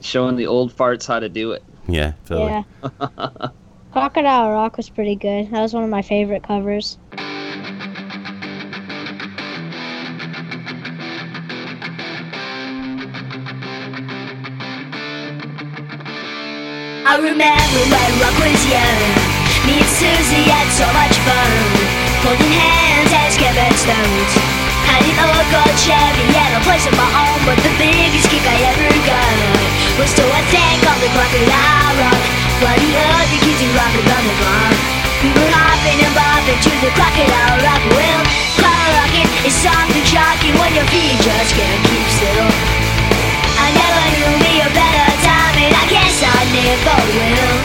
Speaker 8: Showing the old farts how to do it.
Speaker 7: yeah. Totally.
Speaker 5: Yeah. Crocodile Rock was pretty good. That was one of my favorite covers.
Speaker 10: I remember when rock was young. Me and Susie had so much fun. Holding hands as Kevin stones. Had an old gold Chevy and a place of my own. But the biggest kick I ever got was to attack on the crocodile rock. While the other kids were robbing on the block. We were hopping and bopping to the crocodile rock. Well, crocodile rocking is something shocking when your feet just can't keep still. I never knew me a better time, and I guess I never will.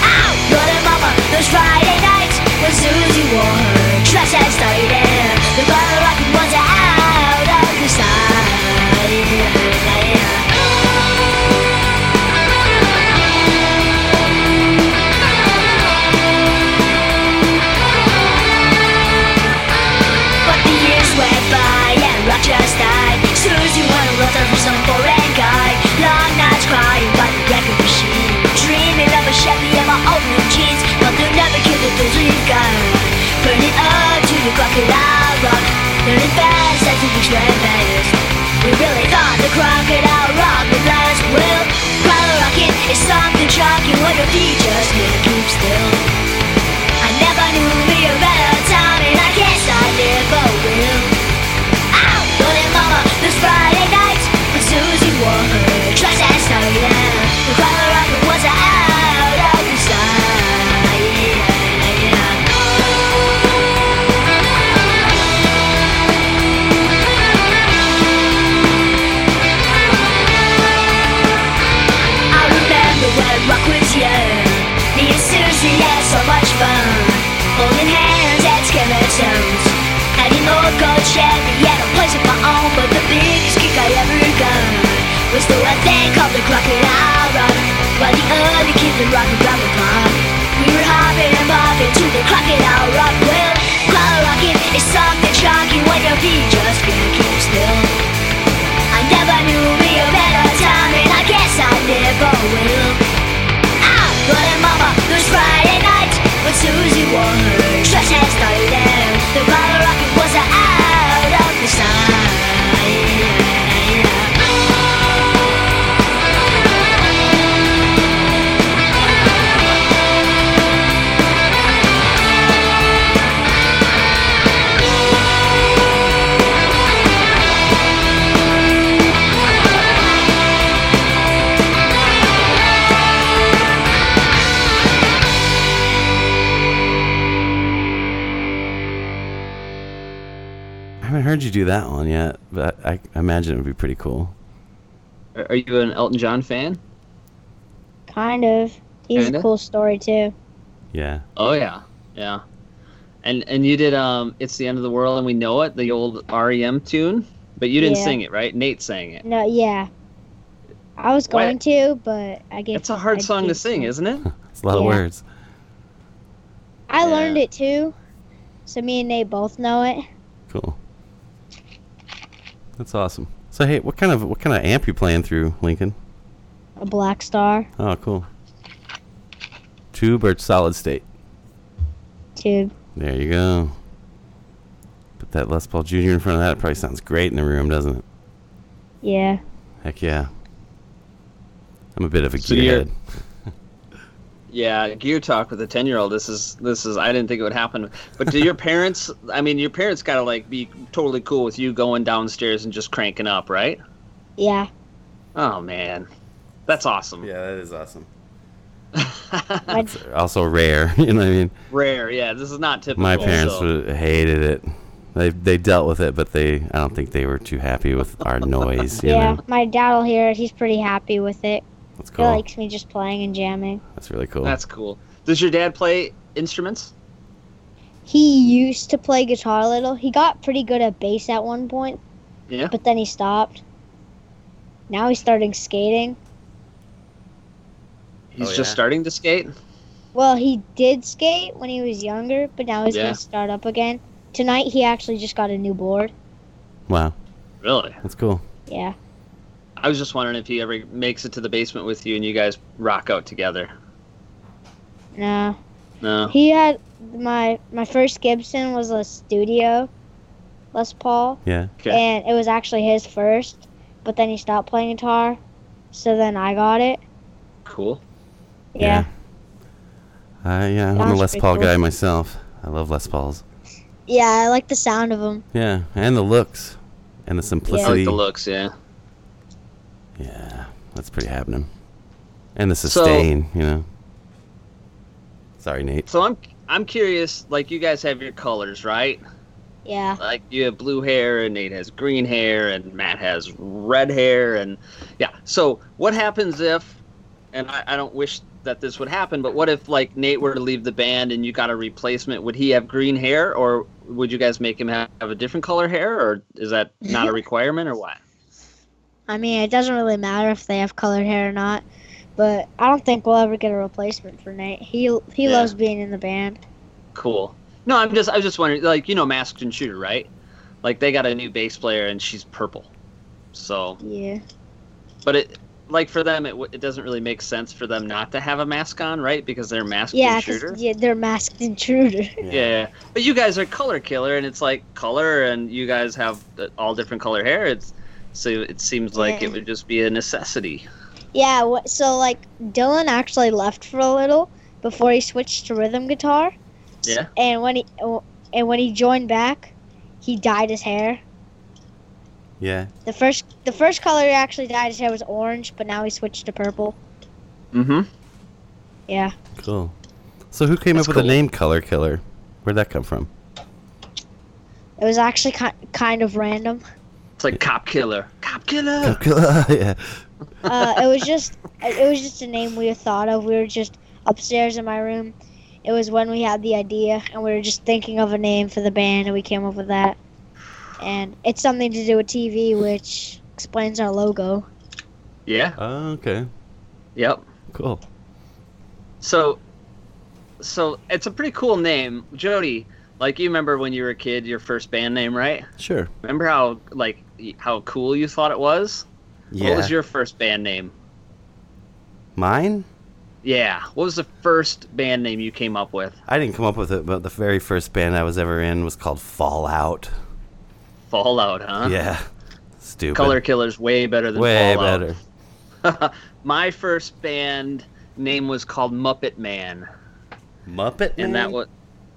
Speaker 10: Ow! Lord and Mama, those Friday nights when Susie wore her dress and started hair. The bottle rocket was out of the side. But the years went by and Rock just died. Susie went and wrote her for some foreign guy. Long nights crying by the wreck of a machine. would rock with you. Me and Susie had so much fun. Holding hands at Skeleton's. Having no gold Chevy at a place of my own. But the biggest kick I ever got was the one thing called the Crocodile Rock. While the other kids were rocking round the clock. We were hopping and bopping to the Crocodile Rock. Well, Cloud Rocking is something shocking when your feet just can't keep still. I never knew me a better time, and I guess I never will. Ah, but and Mama, those Friday nights when Susie wore her dress and started out. The bottle rocket was out of the sight.
Speaker 7: I haven't heard you do that one yet, but I imagine it would be pretty cool.
Speaker 8: Are are you an Elton John fan?
Speaker 5: Kind of. He's
Speaker 8: Kinda?
Speaker 5: a cool story too.
Speaker 7: Yeah.
Speaker 8: Oh yeah, yeah. And and you did um, it's the end of the world and we know it, the old REM tune, but you didn't
Speaker 5: Yeah.
Speaker 8: sing it, right? Nate sang it.
Speaker 5: No, yeah. I was
Speaker 8: Why-
Speaker 5: going to, but I get.
Speaker 8: It's a hard
Speaker 5: I
Speaker 8: song to
Speaker 5: can't.
Speaker 8: sing, isn't it?
Speaker 7: It's a lot of
Speaker 5: Yeah.
Speaker 7: words.
Speaker 5: I
Speaker 8: Yeah.
Speaker 5: learned it too, so me and Nate both know it.
Speaker 7: Cool. That's awesome. So hey, what kind of what kind of amp you playing through, Lincoln?
Speaker 5: A black star
Speaker 7: Oh, cool. Tube or solid state?
Speaker 5: tube.
Speaker 7: There you go. Put that Les Paul Junior in front of that. It probably sounds great in the room, doesn't it?
Speaker 5: Yeah.
Speaker 7: Heck yeah. I'm a bit of a
Speaker 8: So you're-
Speaker 7: gearhead.
Speaker 8: Yeah, gear talk with a ten year old. This is this is. I didn't think it would happen. But do your parents? I mean, your parents gotta like be totally cool with you going downstairs and just cranking up, right?
Speaker 5: Yeah.
Speaker 8: Oh man, that's awesome.
Speaker 7: Yeah, that is awesome.
Speaker 5: My,
Speaker 7: Also rare, you know what I mean?
Speaker 8: Rare. Yeah, this is not typical.
Speaker 7: My parents
Speaker 8: so-
Speaker 7: would hated it. They they dealt with it, but they I don't think they were too happy with our noise. You
Speaker 5: yeah.
Speaker 7: know,
Speaker 5: My dad will hear it. He's pretty happy with it.
Speaker 7: that's cool.
Speaker 5: He likes me just playing and jamming.
Speaker 7: That's really cool.
Speaker 8: That's cool. Does your dad play instruments?
Speaker 5: He used to play guitar a little. He got pretty good at bass at one point,
Speaker 8: Yeah.
Speaker 5: but then he stopped. Now he's starting skating.
Speaker 8: He's
Speaker 7: Oh,
Speaker 8: just
Speaker 7: yeah.
Speaker 8: starting to skate.
Speaker 5: Well, he did skate when he was younger, but now he's
Speaker 8: Yeah.
Speaker 5: gonna start up again. Tonight he actually just got a new board.
Speaker 7: wow,
Speaker 8: Really?
Speaker 7: that's cool.
Speaker 5: Yeah.
Speaker 8: I was just wondering if he ever makes it to the basement with you and you guys rock out together.
Speaker 5: No.
Speaker 8: No.
Speaker 5: He had my my first Gibson was a studio Les Paul.
Speaker 7: Yeah.
Speaker 8: Okay.
Speaker 5: And it was actually his first, but then he stopped playing guitar. So then I got it.
Speaker 8: Cool.
Speaker 5: Yeah.
Speaker 7: Uh, yeah, I'm a
Speaker 5: Sounds
Speaker 7: Les
Speaker 5: pretty
Speaker 7: Paul
Speaker 5: cool.
Speaker 7: guy myself. I love Les Pauls.
Speaker 5: Yeah, I like the sound of them.
Speaker 7: Yeah, and the looks, and the
Speaker 8: I like
Speaker 7: simplicity.
Speaker 8: the looks. Yeah.
Speaker 7: Yeah, that's pretty happening. And the
Speaker 8: So-
Speaker 7: sustain, you know. Sorry, Nate.
Speaker 8: So I'm I'm curious. Like you guys have your colors, right?
Speaker 5: Yeah.
Speaker 8: Like you have blue hair, and Nate has green hair, and Matt has red hair, and yeah. So what happens if? And I, I don't wish that this would happen, but what if like Nate were to leave the band and you got a replacement? Would he have green hair, or would you guys make him have, have a different color hair, or is that not a requirement, or what?
Speaker 5: I mean, it doesn't really matter if they have colored hair or not, but I don't think we'll ever get a replacement for Nate. He he
Speaker 8: Yeah.
Speaker 5: loves being in the band.
Speaker 8: Cool. No, I'm just I was just wondering, like you know, Masked and Shooter, right? Like they got a new bass player, and she's purple. So
Speaker 5: Yeah.
Speaker 8: But it, like for them, it, w- it doesn't really make sense for them not to have a mask on, right? Because they're masked
Speaker 5: Yeah, 'cause-
Speaker 8: intruder.
Speaker 5: yeah, they're masked intruder.
Speaker 8: Yeah. but you guys are color killer, and it's like color, and you guys have the- all different color hair. It's so it seems like
Speaker 5: Yeah.
Speaker 8: it would just be a necessity.
Speaker 5: yeah, wha- so like Dylan actually left for a little before he switched to rhythm guitar.
Speaker 8: Yeah.
Speaker 5: And when he and when he joined back, he dyed his hair.
Speaker 7: Yeah.
Speaker 5: The first the first color he actually dyed his hair was orange, but now he switched to purple.
Speaker 8: Mm-hmm.
Speaker 5: Yeah.
Speaker 7: Cool. So who came
Speaker 8: That's
Speaker 7: up with
Speaker 8: cool.
Speaker 7: the name Color Killer? Where'd that come from?
Speaker 5: It was actually ki- kind of random. Oh.
Speaker 8: It's like cop killer, cop killer.
Speaker 7: yeah.
Speaker 5: uh, it was just it was just a name we thought of. We were just upstairs in my room. It was when we had the idea, and we were just thinking of a name for the band, and we came up with that. And it's something to do with TV, which explains our logo.
Speaker 8: Yeah.
Speaker 7: okay.
Speaker 8: Yep.
Speaker 7: Cool.
Speaker 8: So, so it's a pretty cool name, Jody. Like you remember when you were a kid, your first band name, right?
Speaker 7: Sure.
Speaker 8: Remember how like y- how cool you thought it was? What was your first band name?
Speaker 7: Mine?
Speaker 8: Yeah. What was the first band name you came up with?
Speaker 7: I didn't come up with it, but the very first band I was ever in was called Fallout.
Speaker 8: Fallout, huh?
Speaker 7: Yeah. Stupid.
Speaker 8: Color Killer's way better than
Speaker 7: Way
Speaker 8: Fallout.
Speaker 7: better.
Speaker 8: My first band name was called Muppet Man,
Speaker 7: Muppet
Speaker 8: and that was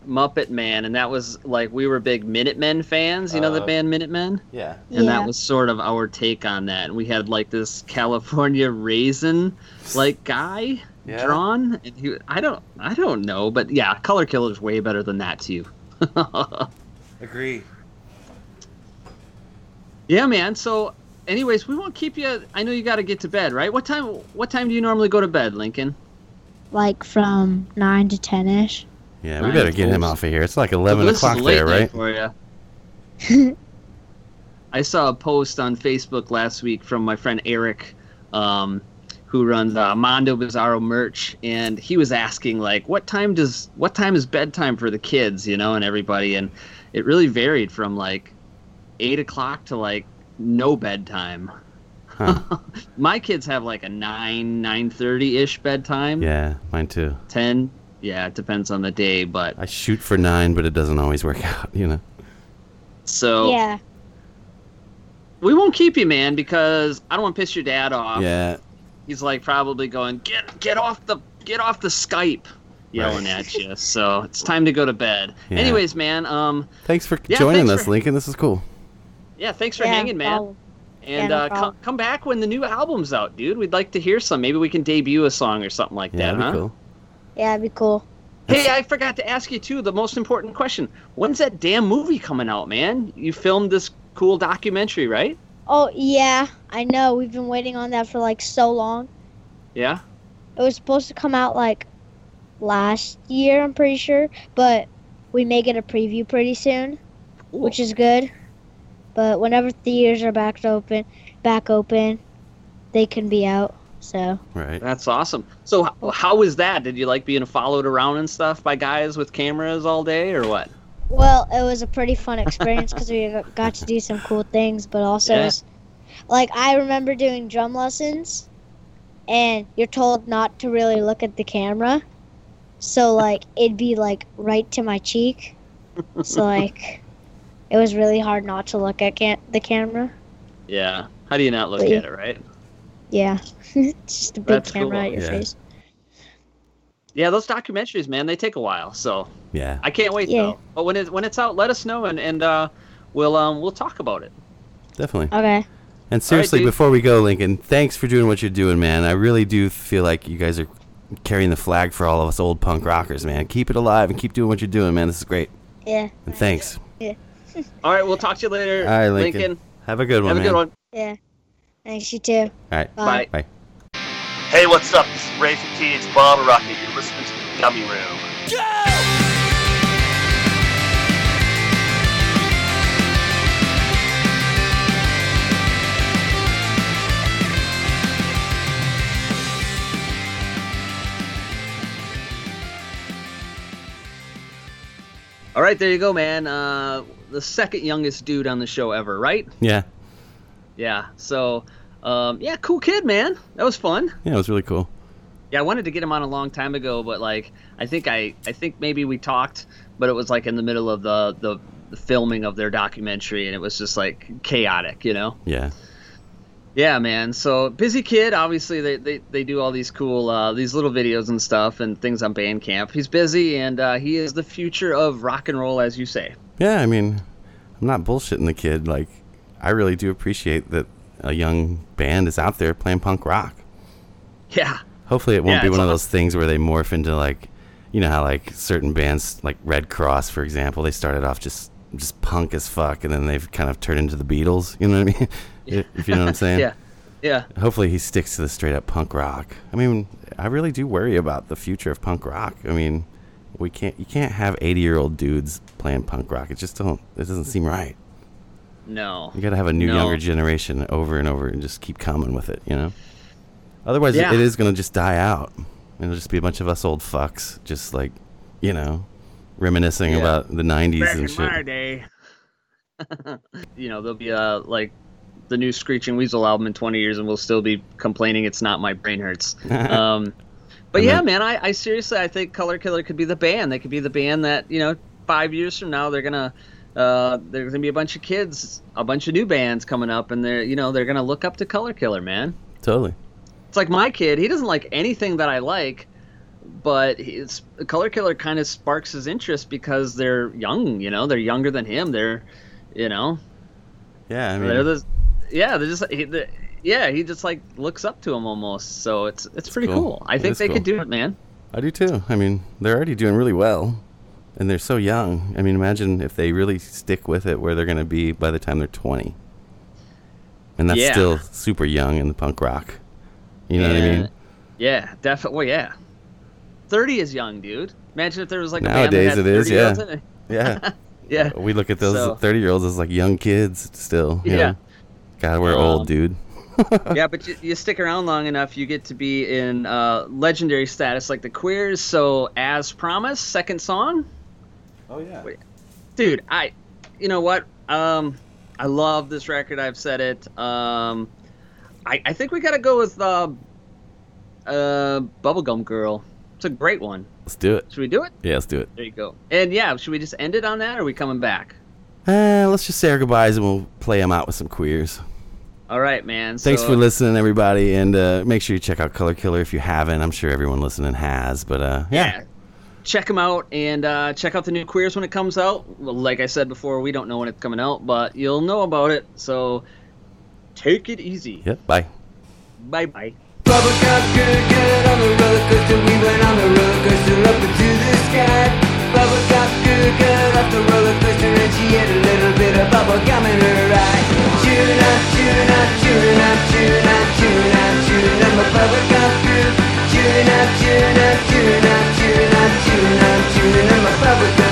Speaker 8: Muppet Man, and that was like we were big Minutemen fans. You know the
Speaker 7: Uh,
Speaker 8: band Minutemen.
Speaker 7: Yeah.
Speaker 8: and
Speaker 5: Yeah.
Speaker 8: that was sort of our take on that. And we had like this California raisin like guy
Speaker 7: Yeah.
Speaker 8: drawn, and he I don't I don't know, but yeah, Color Killer's way better than that too.
Speaker 2: Agree.
Speaker 8: yeah, man. So, anyways, we won't keep you. I know you got to get to bed, right? What time? What time do you normally go to bed, Lincoln?
Speaker 5: Like from nine to ten ish.
Speaker 7: Yeah, we better get him
Speaker 8: Nice.
Speaker 7: off of here. It's like 11
Speaker 8: This is
Speaker 7: o'clock
Speaker 8: late
Speaker 7: there,
Speaker 8: night
Speaker 7: right?
Speaker 8: For ya. I saw a post on Facebook last week from my friend Eric, um, who runs uh, Mondo Bizarro merch, and he was asking like, "What time does what time is bedtime for the kids?" You know, and everybody, and it really varied from like eight o'clock to like no bedtime.
Speaker 7: Huh.
Speaker 8: my kids have like a nine nine thirty ish bedtime.
Speaker 7: Yeah, mine too.
Speaker 8: ten. Yeah, it depends on the day, but
Speaker 7: I shoot for 9, but it doesn't always work out, you know?
Speaker 8: so
Speaker 5: Yeah.
Speaker 8: we won't keep you, man, because I don't want to piss your dad off.
Speaker 7: Yeah.
Speaker 8: He's like probably going, get get off the get off the Skype, yelling
Speaker 7: Right.
Speaker 8: at you. So it's time to go to bed.
Speaker 7: Yeah.
Speaker 8: Anyways, man, um,
Speaker 7: Thanks for
Speaker 8: Yeah,
Speaker 7: joining
Speaker 8: thanks
Speaker 7: us,
Speaker 8: for-
Speaker 7: Lincoln. This is cool.
Speaker 8: yeah, thanks for
Speaker 5: Yeah, Oh,
Speaker 8: hanging, man,
Speaker 5: well,
Speaker 8: and
Speaker 5: yeah, no
Speaker 8: uh, come
Speaker 5: problem.
Speaker 8: come back when the new album's out, dude. We'd like to hear some. Maybe we can debut a song or something like
Speaker 7: Yeah,
Speaker 8: that,
Speaker 7: that'd
Speaker 8: huh?
Speaker 7: be cool.
Speaker 5: Yeah, it'd be cool.
Speaker 8: Hey, I forgot to ask you too the most important question: When's that damn movie coming out, man? You filmed this cool documentary, right?
Speaker 5: Oh yeah, I know. We've been waiting on that for like so long.
Speaker 8: Yeah.
Speaker 5: It was supposed to come out like last year, I'm pretty sure, but we may get a preview pretty soon,
Speaker 8: Cool.
Speaker 5: which is good. But whenever theaters are back open, back open, they can be out. So
Speaker 7: Right.
Speaker 8: That's awesome. So h- how was that? Did you like being followed around and stuff by guys with cameras all day or what?
Speaker 5: Well, it was a pretty fun experience because we got- got to do some cool things, but also,
Speaker 8: Yeah.
Speaker 5: it was, like, I remember doing drum lessons, and you're told not to really look at the camera. So, like, it'd be, like, right to my cheek. So, like, it was really hard not to look at ca- the camera.
Speaker 8: Yeah. How do you not look
Speaker 5: Wait.
Speaker 8: at it, right?
Speaker 5: Yeah. it's just a big
Speaker 8: That's
Speaker 5: camera
Speaker 8: cool.
Speaker 5: at your
Speaker 7: Yeah.
Speaker 5: face.
Speaker 8: Yeah, those documentaries, man, they take a while. So
Speaker 7: Yeah.
Speaker 8: I can't wait
Speaker 5: Yeah.
Speaker 8: though. But when it when it's out, let us know and and uh, we'll um we'll talk about it.
Speaker 7: Definitely.
Speaker 5: Okay.
Speaker 7: And seriously,
Speaker 8: dude.
Speaker 7: before we go, Lincoln, thanks for doing what you're doing, man. I really do feel like you guys are carrying the flag for all of us old punk rockers, man. Keep it alive and keep doing what you're doing, man. This is great.
Speaker 5: Yeah.
Speaker 7: And thanks.
Speaker 8: All right, we'll talk to you later.
Speaker 7: All right, Lincoln. Have a good one,
Speaker 8: Have a
Speaker 7: man.
Speaker 8: good one.
Speaker 5: Yeah. Thanks, you too.
Speaker 7: All right.
Speaker 5: Bye.
Speaker 8: Bye.
Speaker 7: Bye.
Speaker 11: Hey, what's up? This is Ray from Teenage Bottle Rocket. You're listening to the Dummy Room.
Speaker 8: All right, there you go, man. Uh, the second youngest dude on the show ever, right?
Speaker 7: Yeah.
Speaker 8: Yeah. So um, yeah, cool kid, man. That was fun.
Speaker 7: Yeah, it was really cool.
Speaker 8: Yeah, I wanted to get him on a long time ago, but like I think I I think maybe we talked, but it was like in the middle of the the, the filming of their documentary, and it was just like chaotic, you know.
Speaker 7: Yeah.
Speaker 8: Yeah, man. So busy kid. Obviously, they they, they do all these cool uh, these little videos and stuff and things on Bandcamp. He's busy, and uh, he is the future of rock and roll, as you say.
Speaker 7: Yeah, I mean, I'm not bullshitting the kid. Like, I really do appreciate that a young band is out there playing punk rock.
Speaker 8: Yeah.
Speaker 7: Hopefully, it won't
Speaker 8: Yeah,
Speaker 7: be
Speaker 8: it's
Speaker 7: one of
Speaker 8: awesome.
Speaker 7: those things where they morph into like, you know how like certain bands, like Red Cross, for example, they started off just just punk as fuck, and then they've kind of turned into the Beatles. You know what I mean? if if you know what I'm saying?
Speaker 8: Yeah. Yeah.
Speaker 7: Hopefully he sticks to the straight up punk rock. I mean, I really do worry about the future of punk rock. I mean, we can't you can't have 80 year old dudes playing punk rock. It just don't it doesn't seem right.
Speaker 8: No.
Speaker 7: You got to have a new
Speaker 8: No.
Speaker 7: younger generation over and over and just keep coming with it, you know? Otherwise
Speaker 8: Yeah.
Speaker 7: it is going to just die out. It'll just be a bunch of us old fucks just like, you know, reminiscing
Speaker 8: Yeah.
Speaker 7: about the 90s
Speaker 8: Back
Speaker 7: and
Speaker 8: in
Speaker 7: shit.
Speaker 8: my day. you know, there'll be uh like the new Screeching Weasel album in 20 years, and we'll still be complaining it's not my brain hurts. Um, but
Speaker 7: And
Speaker 8: yeah,
Speaker 7: then-
Speaker 8: man, I, I seriously I think Color Killer could be the band. They could be the band that you know five years from now they're gonna uh, there's gonna be a bunch of kids, a bunch of new bands coming up, and they're you know they're gonna look up to Color Killer, man.
Speaker 7: Totally.
Speaker 8: It's like my kid; he doesn't like anything that I like, but his Color Killer kind of sparks his interest because they're young. You know, they're younger than him. They're you know
Speaker 7: Yeah, I mean
Speaker 8: they're the, yeah, they're just he, the yeah. He just like looks up to him almost. So it's it's pretty
Speaker 7: cool.
Speaker 8: cool. I
Speaker 7: It
Speaker 8: think
Speaker 7: is
Speaker 8: they
Speaker 7: cool.
Speaker 8: could do it, man.
Speaker 7: I do too. I mean, they're already doing really well, and they're so young. I mean, imagine if they really stick with it, where they're going to be by the time they're twenty, and that's
Speaker 8: Yeah.
Speaker 7: still super young in the punk rock. You know what I
Speaker 8: Yeah.
Speaker 7: mean?
Speaker 8: Yeah, definitely. Well, yeah, thirty is young, dude. Imagine if there was like
Speaker 7: Nowadays
Speaker 8: a
Speaker 7: it
Speaker 8: band that had
Speaker 7: is,
Speaker 8: 30 year olds
Speaker 7: yeah.
Speaker 8: in it.
Speaker 7: Yeah.
Speaker 8: yeah,
Speaker 7: We look at those
Speaker 8: So-
Speaker 7: thirty-year-olds as like young kids still. you
Speaker 8: Yeah.
Speaker 7: know? God, we're old,
Speaker 8: Um,
Speaker 7: dude.
Speaker 8: yeah. But you, you stick around long enough, you get to be in uh, legendary status like the Queers. So, as promised, second song.
Speaker 7: Oh yeah.
Speaker 8: dude i you know what um i love this record i've said it um i i think we gotta go with uh uh bubblegum girl it's a great one
Speaker 7: Let's do it.
Speaker 8: should we do it
Speaker 7: Yeah, let's do it.
Speaker 8: there you go and yeah should we just end it on that or are we coming back
Speaker 7: Uh, let's just say our goodbyes and we'll play them out with some queers.
Speaker 8: all right man
Speaker 7: Thanks
Speaker 8: so-
Speaker 7: for listening, everybody, and uh, make sure you check out Color Killer if you haven't. I'm sure everyone listening has, but uh,
Speaker 8: yeah check them out and uh, check out the new queers when it comes out well, like i said before we don't know when it's coming out but you'll know about it so take it easy
Speaker 7: Yep. Bye.
Speaker 8: bye bye
Speaker 9: Bubblegum girl, get on the roller coaster. We went on the roller coaster up into the sky. Bubblegum girl, got off the roller coaster and she had a little bit of bubblegum in her eye. Chewing up, chewing up, chewing up, chewing up, chewing up, chewing up my bubblegum girl. Chewing up, chewing up, chewing up, chewing up, chewing up, chewing up my bubblegum